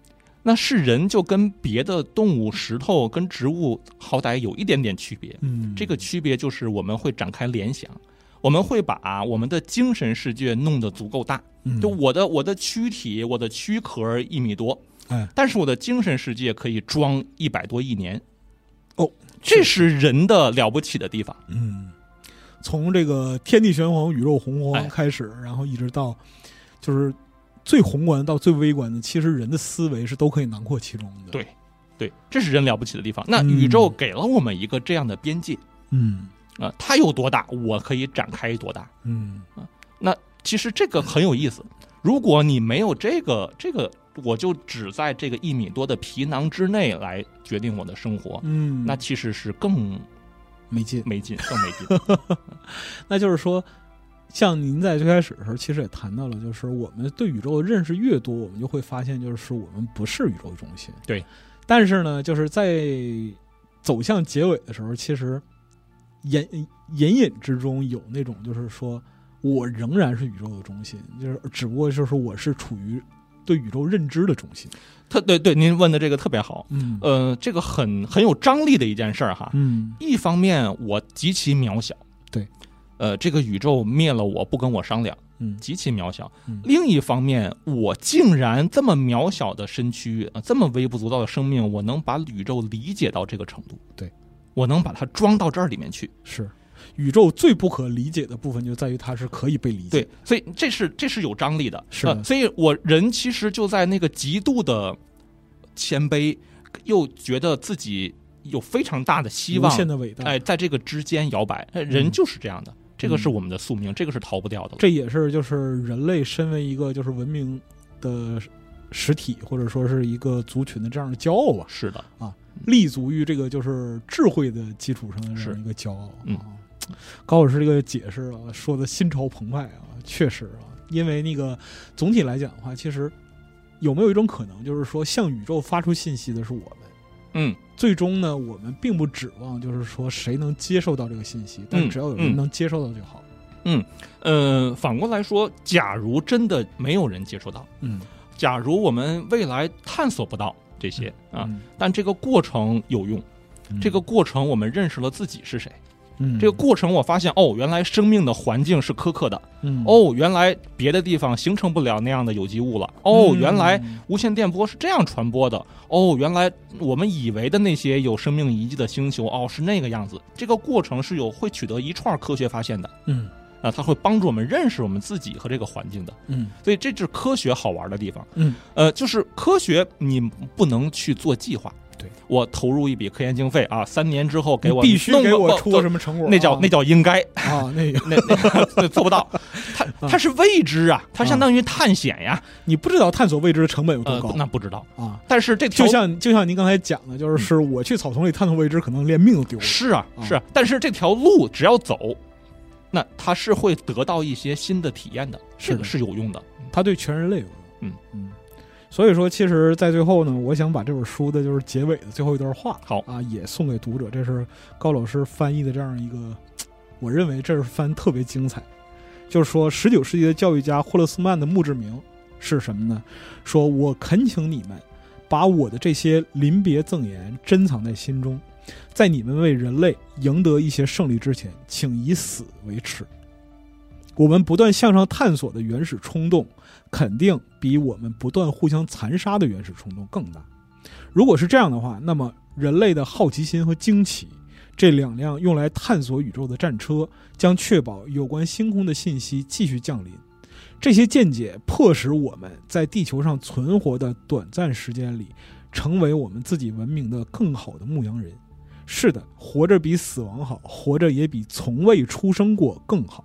Speaker 2: 那是人就跟别的动物、石头跟植物好歹有一点点区别。
Speaker 1: 嗯，
Speaker 2: 这个区别就是我们会展开联想，我们会把我们的精神世界弄得足够大。
Speaker 1: 嗯
Speaker 2: 就我的我的躯体，我的躯壳一米多，
Speaker 1: 哎，
Speaker 2: 但是我的精神世界可以装一百多亿年。
Speaker 1: 哦，
Speaker 2: 这是人的了不起的地方。
Speaker 1: 嗯，从这个天地玄黄、宇宙洪
Speaker 2: 哎
Speaker 1: 荒开始，然后一直到就是最宏观到最微观的，其实人的思维是都可以囊括其中的。
Speaker 2: 对对，这是人了不起的地方。那
Speaker 1: 嗯
Speaker 2: 宇宙给了我们一个这样的边界
Speaker 1: 嗯
Speaker 2: 啊、呃它有多大，我可以展开多大。
Speaker 1: 嗯，
Speaker 2: 其实这个很有意思。如果你没有这个这个，我就只在这个一米多的皮囊之内来决定我的生活，
Speaker 1: 嗯，
Speaker 2: 那其实是更
Speaker 1: 没劲。
Speaker 2: 没劲，更没 劲。
Speaker 1: 那就是说，像您在最开始的时候，其实也谈到了，就是我们对宇宙的认识越多，我们就会发现，就是我们不是宇宙中心。
Speaker 2: 对，
Speaker 1: 但是呢，就是在走向结尾的时候，其实隐隐隐之中有那种，就是说我仍然是宇宙的中心，就是只不过就是我是处于对宇宙认知的中心。
Speaker 2: 特对对，您问的这个特别好。
Speaker 1: 嗯
Speaker 2: 呃，这个很很有张力的一件事儿哈。
Speaker 1: 嗯
Speaker 2: 一方面我极其渺小，
Speaker 1: 对，
Speaker 2: 呃，这个宇宙灭了我不跟我商量，
Speaker 1: 嗯
Speaker 2: 极其渺小
Speaker 1: 嗯。
Speaker 2: 另一方面，我竟然这么渺小的身躯啊，呃这么微不足道的生命，我能把宇宙理解到这个程度，
Speaker 1: 对，
Speaker 2: 我能把它装到这儿里面去，
Speaker 1: 是。宇宙最不可理解的部分就在于它是可以被理解
Speaker 2: 对
Speaker 1: 的。，
Speaker 2: 所以这是这是有张力的，
Speaker 1: 是
Speaker 2: 呃所以我人其实就在那个极度的谦卑，又觉得自己有非常大的希
Speaker 1: 无
Speaker 2: 望，
Speaker 1: 限的伟大。
Speaker 2: 哎，在这个之间摇摆，哎人
Speaker 1: 嗯
Speaker 2: 就是这样的，这个是
Speaker 1: 嗯
Speaker 2: 我们的宿命，这个是逃不掉的了。
Speaker 1: 这也是就是人类身为一个就是文明的实体，或者说是一个族群的这样的骄傲吧，
Speaker 2: 是的，
Speaker 1: 立足于这个就是智慧的基础上的这
Speaker 2: 是
Speaker 1: 样一个骄傲。
Speaker 2: 嗯
Speaker 1: 啊，高老师这个解释啊，说的心潮澎湃啊，确实啊，因为那个总体来讲的话，其实有没有一种可能，就是说向宇宙发出信息的是我们。
Speaker 2: 嗯，
Speaker 1: 最终呢，我们并不指望就是说谁能接受到这个信息，但
Speaker 2: 嗯
Speaker 1: 只要有人
Speaker 2: 嗯
Speaker 1: 能接受到就好。
Speaker 2: 呃，反过来说，假如真的没有人接触到，
Speaker 1: 嗯
Speaker 2: 假如我们未来探索不到这些啊，
Speaker 1: 嗯
Speaker 2: 但这个过程有用，这个过程我们认识了自己是谁，
Speaker 1: 嗯
Speaker 2: 这个过程我发现哦，原来生命的环境是苛刻的，
Speaker 1: 嗯
Speaker 2: 哦，原来别的地方形成不了那样的有机物了，哦，
Speaker 1: 嗯
Speaker 2: 原来。无线电波是这样传播的哦，原来我们以为的那些有生命遗迹的星球哦是那个样子。这个过程是有会取得一串科学发现的，
Speaker 1: 嗯
Speaker 2: 啊，它会帮助我们认识我们自己和这个环境的。
Speaker 1: 嗯
Speaker 2: 所以这就是科学好玩的地方。
Speaker 1: 嗯，
Speaker 2: 呃，就是科学你不能去做计划。
Speaker 1: 对，
Speaker 2: 我投入一笔科研经费啊，三年之后给我
Speaker 1: 必须
Speaker 2: 弄
Speaker 1: 给
Speaker 2: 个
Speaker 1: 我
Speaker 2: 不
Speaker 1: 出
Speaker 2: 不
Speaker 1: 什么成果啊，
Speaker 2: 那叫那叫 应该，
Speaker 1: 啊，那个
Speaker 2: 那那那做不到， 它
Speaker 1: 嗯
Speaker 2: 它是未知啊，它相当于探险呀，
Speaker 1: 你不知道探索未知的成本有多
Speaker 2: 呃
Speaker 1: 高，
Speaker 2: 那不知道，
Speaker 1: 啊。
Speaker 2: 但是这条
Speaker 1: 就像就像您刚才讲的，就是是
Speaker 2: 嗯
Speaker 1: 我去草丛里探索未知，可能连命都丢了。
Speaker 2: 是啊，
Speaker 1: 啊
Speaker 2: 是啊，但是这条路只要走，那他是会得到一些新的体验的，
Speaker 1: 是
Speaker 2: 这
Speaker 1: 的
Speaker 2: 个是有用的。
Speaker 1: 它对全人类有用。
Speaker 2: 嗯
Speaker 1: 嗯，所以说，其实，在最后呢，我想把这本书的就是结尾的最后一段话，
Speaker 2: 好
Speaker 1: 啊，也送给读者。这是高老师翻译的这样一个，我认为这是翻特别精彩。就是说，十九世纪的教育家霍勒斯曼的墓志铭是什么呢？说我恳请你们把我的这些临别赠言珍藏在心中，在你们为人类赢得一些胜利之前，请以死为耻。我们不断向上探索的原始冲动，肯定比我们不断互相残杀的原始冲动更大。如果是这样的话，那么人类的好奇心和惊奇这两辆用来探索宇宙的战车，将确保有关星空的信息继续降临。这些见解迫使我们在地球上存活的短暂时间里，成为我们自己文明的更好的牧羊人。是的，活着比死亡好，活着也比从未出生过更好。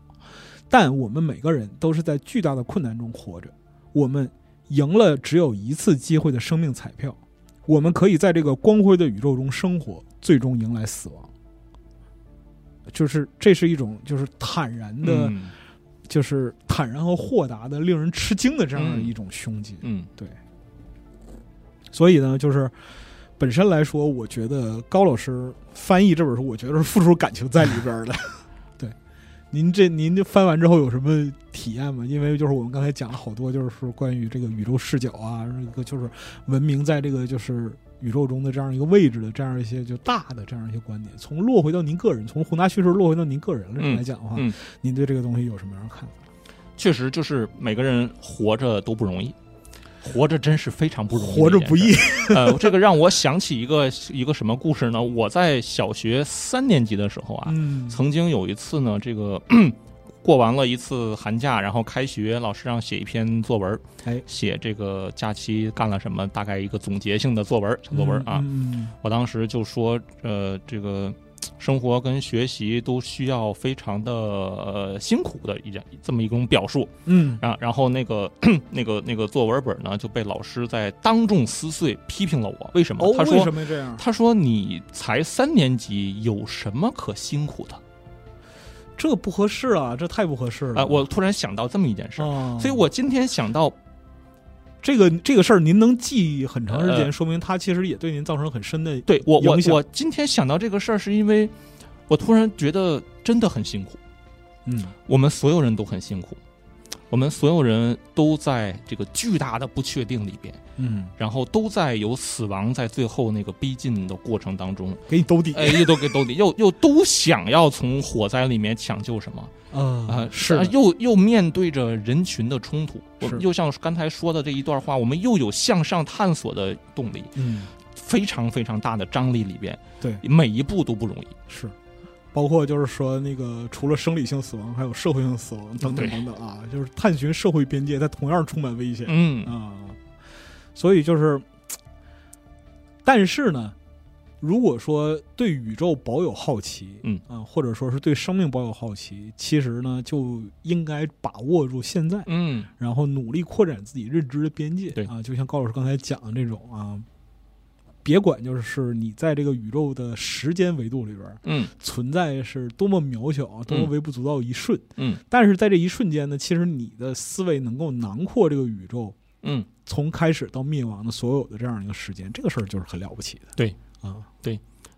Speaker 1: 但我们每个人都是在巨大的困难中活着。我们赢了只有一次机会的生命彩票，我们可以在这个光辉的宇宙中生活，最终迎来死亡。就是这是一种就是坦然的。
Speaker 2: 嗯
Speaker 1: 就是坦然和豁达的、令人吃惊的这样的一种胸襟。
Speaker 2: 嗯
Speaker 1: 所以呢，就是本身来说，我觉得高老师翻译这本书，我觉得是付出感情在里边 儿的。对，您这您这翻完之后有什么体验吗？因为就是我们刚才讲了好多，就是说关于这个宇宙视角啊，这个就是文明在这个就是。宇宙中的这样一个位置的这样一些就大的这样一些观点，从落回到您个人，从宏大叙事落回到您个人
Speaker 2: 嗯
Speaker 1: 来讲的话，
Speaker 2: 嗯
Speaker 1: 您对这个东西有什么样的看法？
Speaker 2: 确实就是每个人活着都不容易，活着真是非常不容易，
Speaker 1: 活着不易。，
Speaker 2: 呃，这个让我想起一个一个什么故事呢？我在小学三年级的时候啊，
Speaker 1: 嗯，
Speaker 2: 曾经有一次呢，这个 过完了一次寒假，然后开学，老师让写一篇作文，
Speaker 1: 哎，
Speaker 2: 写这个假期干了什么，大概一个总结性的作文小作文啊。
Speaker 1: 嗯，
Speaker 2: 我当时就说，呃，这个生活跟学习都需要非常的呃辛苦的一件这么一种表述。啊
Speaker 1: 嗯，
Speaker 2: 然然后那个 那个那个作文本呢就被老师在当众撕碎批评了我，为什么？
Speaker 1: 哦，
Speaker 2: 他
Speaker 1: 为
Speaker 2: 说
Speaker 1: 什么这样？
Speaker 2: 他说你才三年级，有什么可辛苦的？
Speaker 1: 这不合适啊，这太不合适了。
Speaker 2: 啊、我突然想到这么一件事儿，
Speaker 1: 哦，
Speaker 2: 所以我今天想到，
Speaker 1: 这个这个事儿您能记忆很长时间，
Speaker 2: 呃
Speaker 1: 说明它其实也对您造成很深的嗯
Speaker 2: 对我我
Speaker 1: 影响
Speaker 2: 我今天想到这个事儿，是因为我突然觉得真的很辛苦，
Speaker 1: 嗯
Speaker 2: 我们所有人都很辛苦，我们所有人都在这个巨大的不确定里边，
Speaker 1: 嗯，
Speaker 2: 然后都在有死亡在最后那个逼近的过程当 中，
Speaker 1: 给你兜底
Speaker 2: 哎，又都给兜底，又又都想要从火灾里面抢救什么。啊
Speaker 1: 啊，，
Speaker 2: 啊
Speaker 1: 是的
Speaker 2: 又又面对着人群的冲突，我
Speaker 1: 是
Speaker 2: 们又像刚才说的这一段话，我们又有向上探索的动力，
Speaker 1: 嗯
Speaker 2: 非常非常大的张力里边，
Speaker 1: 对
Speaker 2: 每一步都不容易。
Speaker 1: 是。包括就是说，那个除了生理性死亡，还有社会性死亡等等
Speaker 2: 对
Speaker 1: 等等啊，就是探寻社会边界，它同样充满危险。
Speaker 2: 嗯，
Speaker 1: 啊、所以就是，但是呢，如果说对宇宙保有好奇，
Speaker 2: 嗯
Speaker 1: 啊、或者说是对生命保有好奇，其实呢，就应该把握住现在，
Speaker 2: 嗯，
Speaker 1: 然后努力扩展自己认知的边界。
Speaker 2: 对
Speaker 1: 啊，就像高老师刚才讲的这种啊。别管，就是你在这个宇宙的时间维度里边
Speaker 2: 嗯，
Speaker 1: 存在是多么渺小，啊多么微不足道一瞬。
Speaker 2: 嗯，
Speaker 1: 但是在这一瞬间呢，其实你的思维能够囊括这个宇宙，
Speaker 2: 嗯，
Speaker 1: 从开始到灭亡的所有的这样一个时间，这个事儿就是很了不起的。
Speaker 2: 对
Speaker 1: 啊，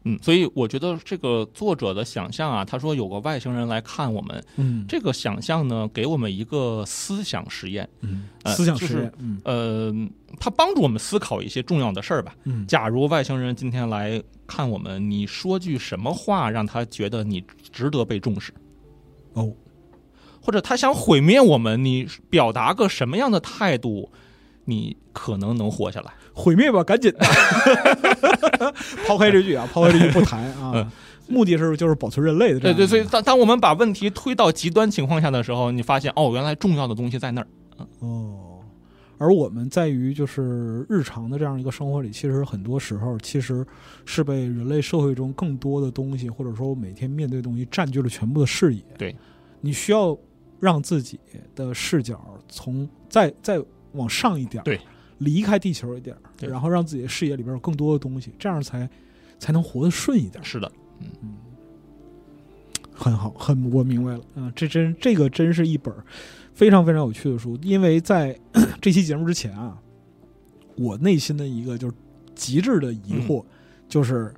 Speaker 2: 嗯，所以我觉得这个作者的想象啊，他说有个外星人来看我们，
Speaker 1: 嗯，
Speaker 2: 这个想象呢，给我们一个思想实验，
Speaker 1: 嗯
Speaker 2: 呃
Speaker 1: 思想
Speaker 2: 就
Speaker 1: 实
Speaker 2: 是
Speaker 1: 验，嗯
Speaker 2: 呃，他帮助我们思考一些重要的事儿吧。
Speaker 1: 嗯
Speaker 2: 假如外星人今天来看我们，你说句什么话让他觉得你值得被重视？
Speaker 1: 哦，
Speaker 2: 或者他想毁灭我们，你表达个什么样的态度，你可能能活下来？
Speaker 1: 毁灭吧， 赶紧的！抛开这句啊，抛开这句不谈啊
Speaker 2: 嗯，
Speaker 1: 目的是就是保存人类的这
Speaker 2: 对
Speaker 1: 样一
Speaker 2: 对，
Speaker 1: 个。
Speaker 2: 所以当当我们把问题推到极端情况下的时候，你发现哦，原来重要的东西在那儿。
Speaker 1: 哦，而我们在于就是日常的这样一个生活里，其实很多时候其实是被人类社会中更多的东西，或者说我每天面对的东西占据了全部的视野。
Speaker 2: 对，
Speaker 1: 你需要让自己的视角从再再往上一点，
Speaker 2: 对，
Speaker 1: 离开地球一点儿，
Speaker 2: 对
Speaker 1: 然后让自己的视野里边有更多的东西，这样才才能活得顺一点。
Speaker 2: 是的，
Speaker 1: 嗯，很好，很我明白了啊，这真这个真是一本儿非常非常有趣的书，因为在 这期节目之前啊，我内心的一个就是极致的疑
Speaker 2: 嗯
Speaker 1: 惑，就是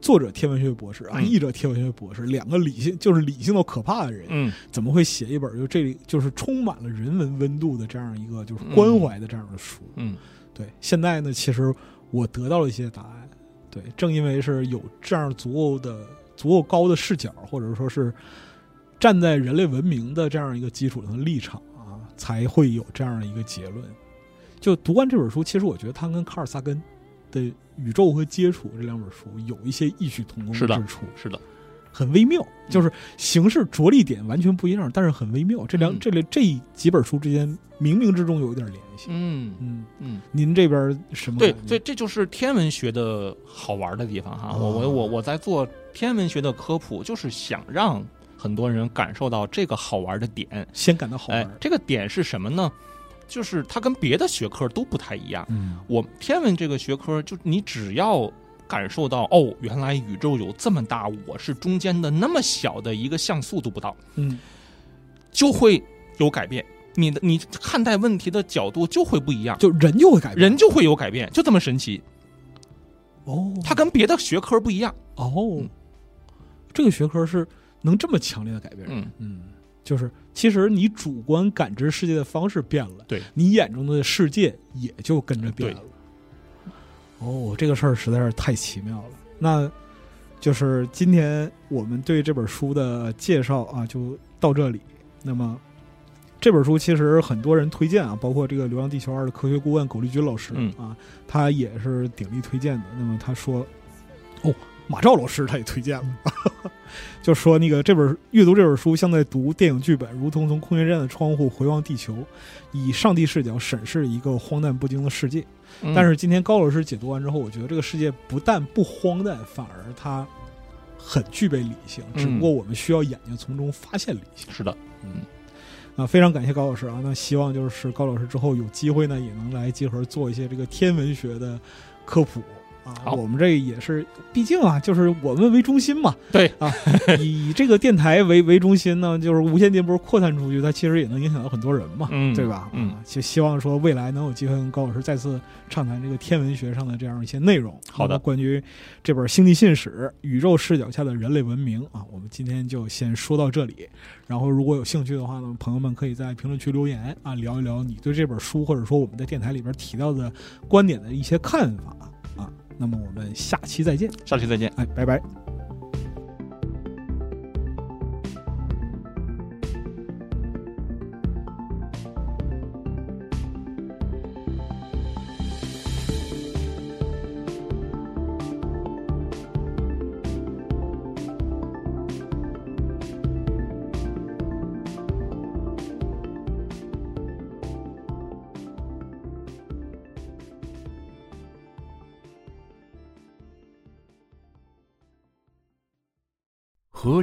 Speaker 1: 作者天文学博士啊，
Speaker 2: 嗯
Speaker 1: 译者天文学博士，两个理性就是理性到可怕的人，
Speaker 2: 嗯
Speaker 1: 怎么会写一本就这里就是充满了人文温度的这样一个就是关怀的这样的书？
Speaker 2: 嗯，
Speaker 1: 对，现在呢，其实我得到了一些答案。对，正因为是有这样足够的、足够高的视角，或者说是站在人类文明的这样一个基础上的立场啊，才会有这样一个结论。就读完这本书，其实我觉得它跟卡尔萨根的《宇宙和接触》这两本书有一些异曲同工
Speaker 2: 是的
Speaker 1: 之处，
Speaker 2: 是的，
Speaker 1: 很微妙，就是形式着力点完全不一样，但是很微妙。这两、
Speaker 2: 嗯
Speaker 1: 这里这几本书之间冥冥之中有一点联系。
Speaker 2: 嗯
Speaker 1: 嗯，
Speaker 2: 嗯，
Speaker 1: 您这边什么
Speaker 2: 对
Speaker 1: 感觉？，
Speaker 2: 所以这就是天文学的好玩的地方哈。我我我我在做天文学的科普，就是想让很多人感受到这个好玩的点。
Speaker 1: 先感到好玩。
Speaker 2: 哎，这个点是什么呢？就是它跟别的学科都不太一样。
Speaker 1: 嗯
Speaker 2: 我天文这个学科，就你只要感受到哦，原来宇宙有这么大，我是中间的那么小的一个像素都不到，
Speaker 1: 嗯
Speaker 2: 就会有改变。你的你看待问题的角度就会不一样，
Speaker 1: 就人就会改变，
Speaker 2: 人就会有改变，就这么神奇。
Speaker 1: 哦，
Speaker 2: 它跟别的学科不一样。
Speaker 1: 哦
Speaker 2: 嗯，
Speaker 1: 这个学科是能这么强烈的改变人。
Speaker 2: 嗯，
Speaker 1: 嗯，就是其实你主观感知世界的方式变了，
Speaker 2: 对
Speaker 1: 你眼中的世界也就跟着变了。哦，这个事儿实在是太奇妙了。那就是今天我们对这本书的介绍啊，就到这里。那么。这本书其实很多人推荐啊，包括这个《流浪地球二》的科学顾问苟利军老师、
Speaker 2: 嗯
Speaker 1: 啊，他也是鼎力推荐的。那么他说，哦，马照老师他也推荐了， 就说那个这本阅读这本书像在读电影剧本，如同从空间站的窗户回望地球，以上帝视角审视一个荒诞不经的世界。
Speaker 2: 嗯
Speaker 1: 但是今天高老师解读完之后，我觉得这个世界不但不荒诞，反而它很具备理性，
Speaker 2: 嗯
Speaker 1: 只不过我们需要眼睛从中发现理性。
Speaker 2: 是的，嗯
Speaker 1: 啊，非常感谢高老师啊！那希望就是高老师之后有机会呢，也能来集合做一些这个天文学的科普啊。
Speaker 2: 好
Speaker 1: 我们这也是，毕竟啊，就是我们为中心嘛，
Speaker 2: 对
Speaker 1: 啊，以以这个电台为为中心呢，就是无线电波扩散出去，它其实也能影响到很多人嘛，
Speaker 2: 嗯
Speaker 1: 对吧？
Speaker 2: 嗯
Speaker 1: 啊，就希望说未来能有机会跟高老师再次畅谈这个天文学上的这样一些内容。
Speaker 2: 好的
Speaker 1: 那么关于这本《星际信使：宇宙视角下的人类文明》啊，我们今天就先说到这里。然后，如果有兴趣的话呢，朋友们可以在评论区留言啊，聊一聊你对这本书或者说我们在电台里边提到的观点的一些看法啊。那么我们下期再见，
Speaker 2: 下期再见。
Speaker 1: 哎，拜拜。
Speaker 3: 核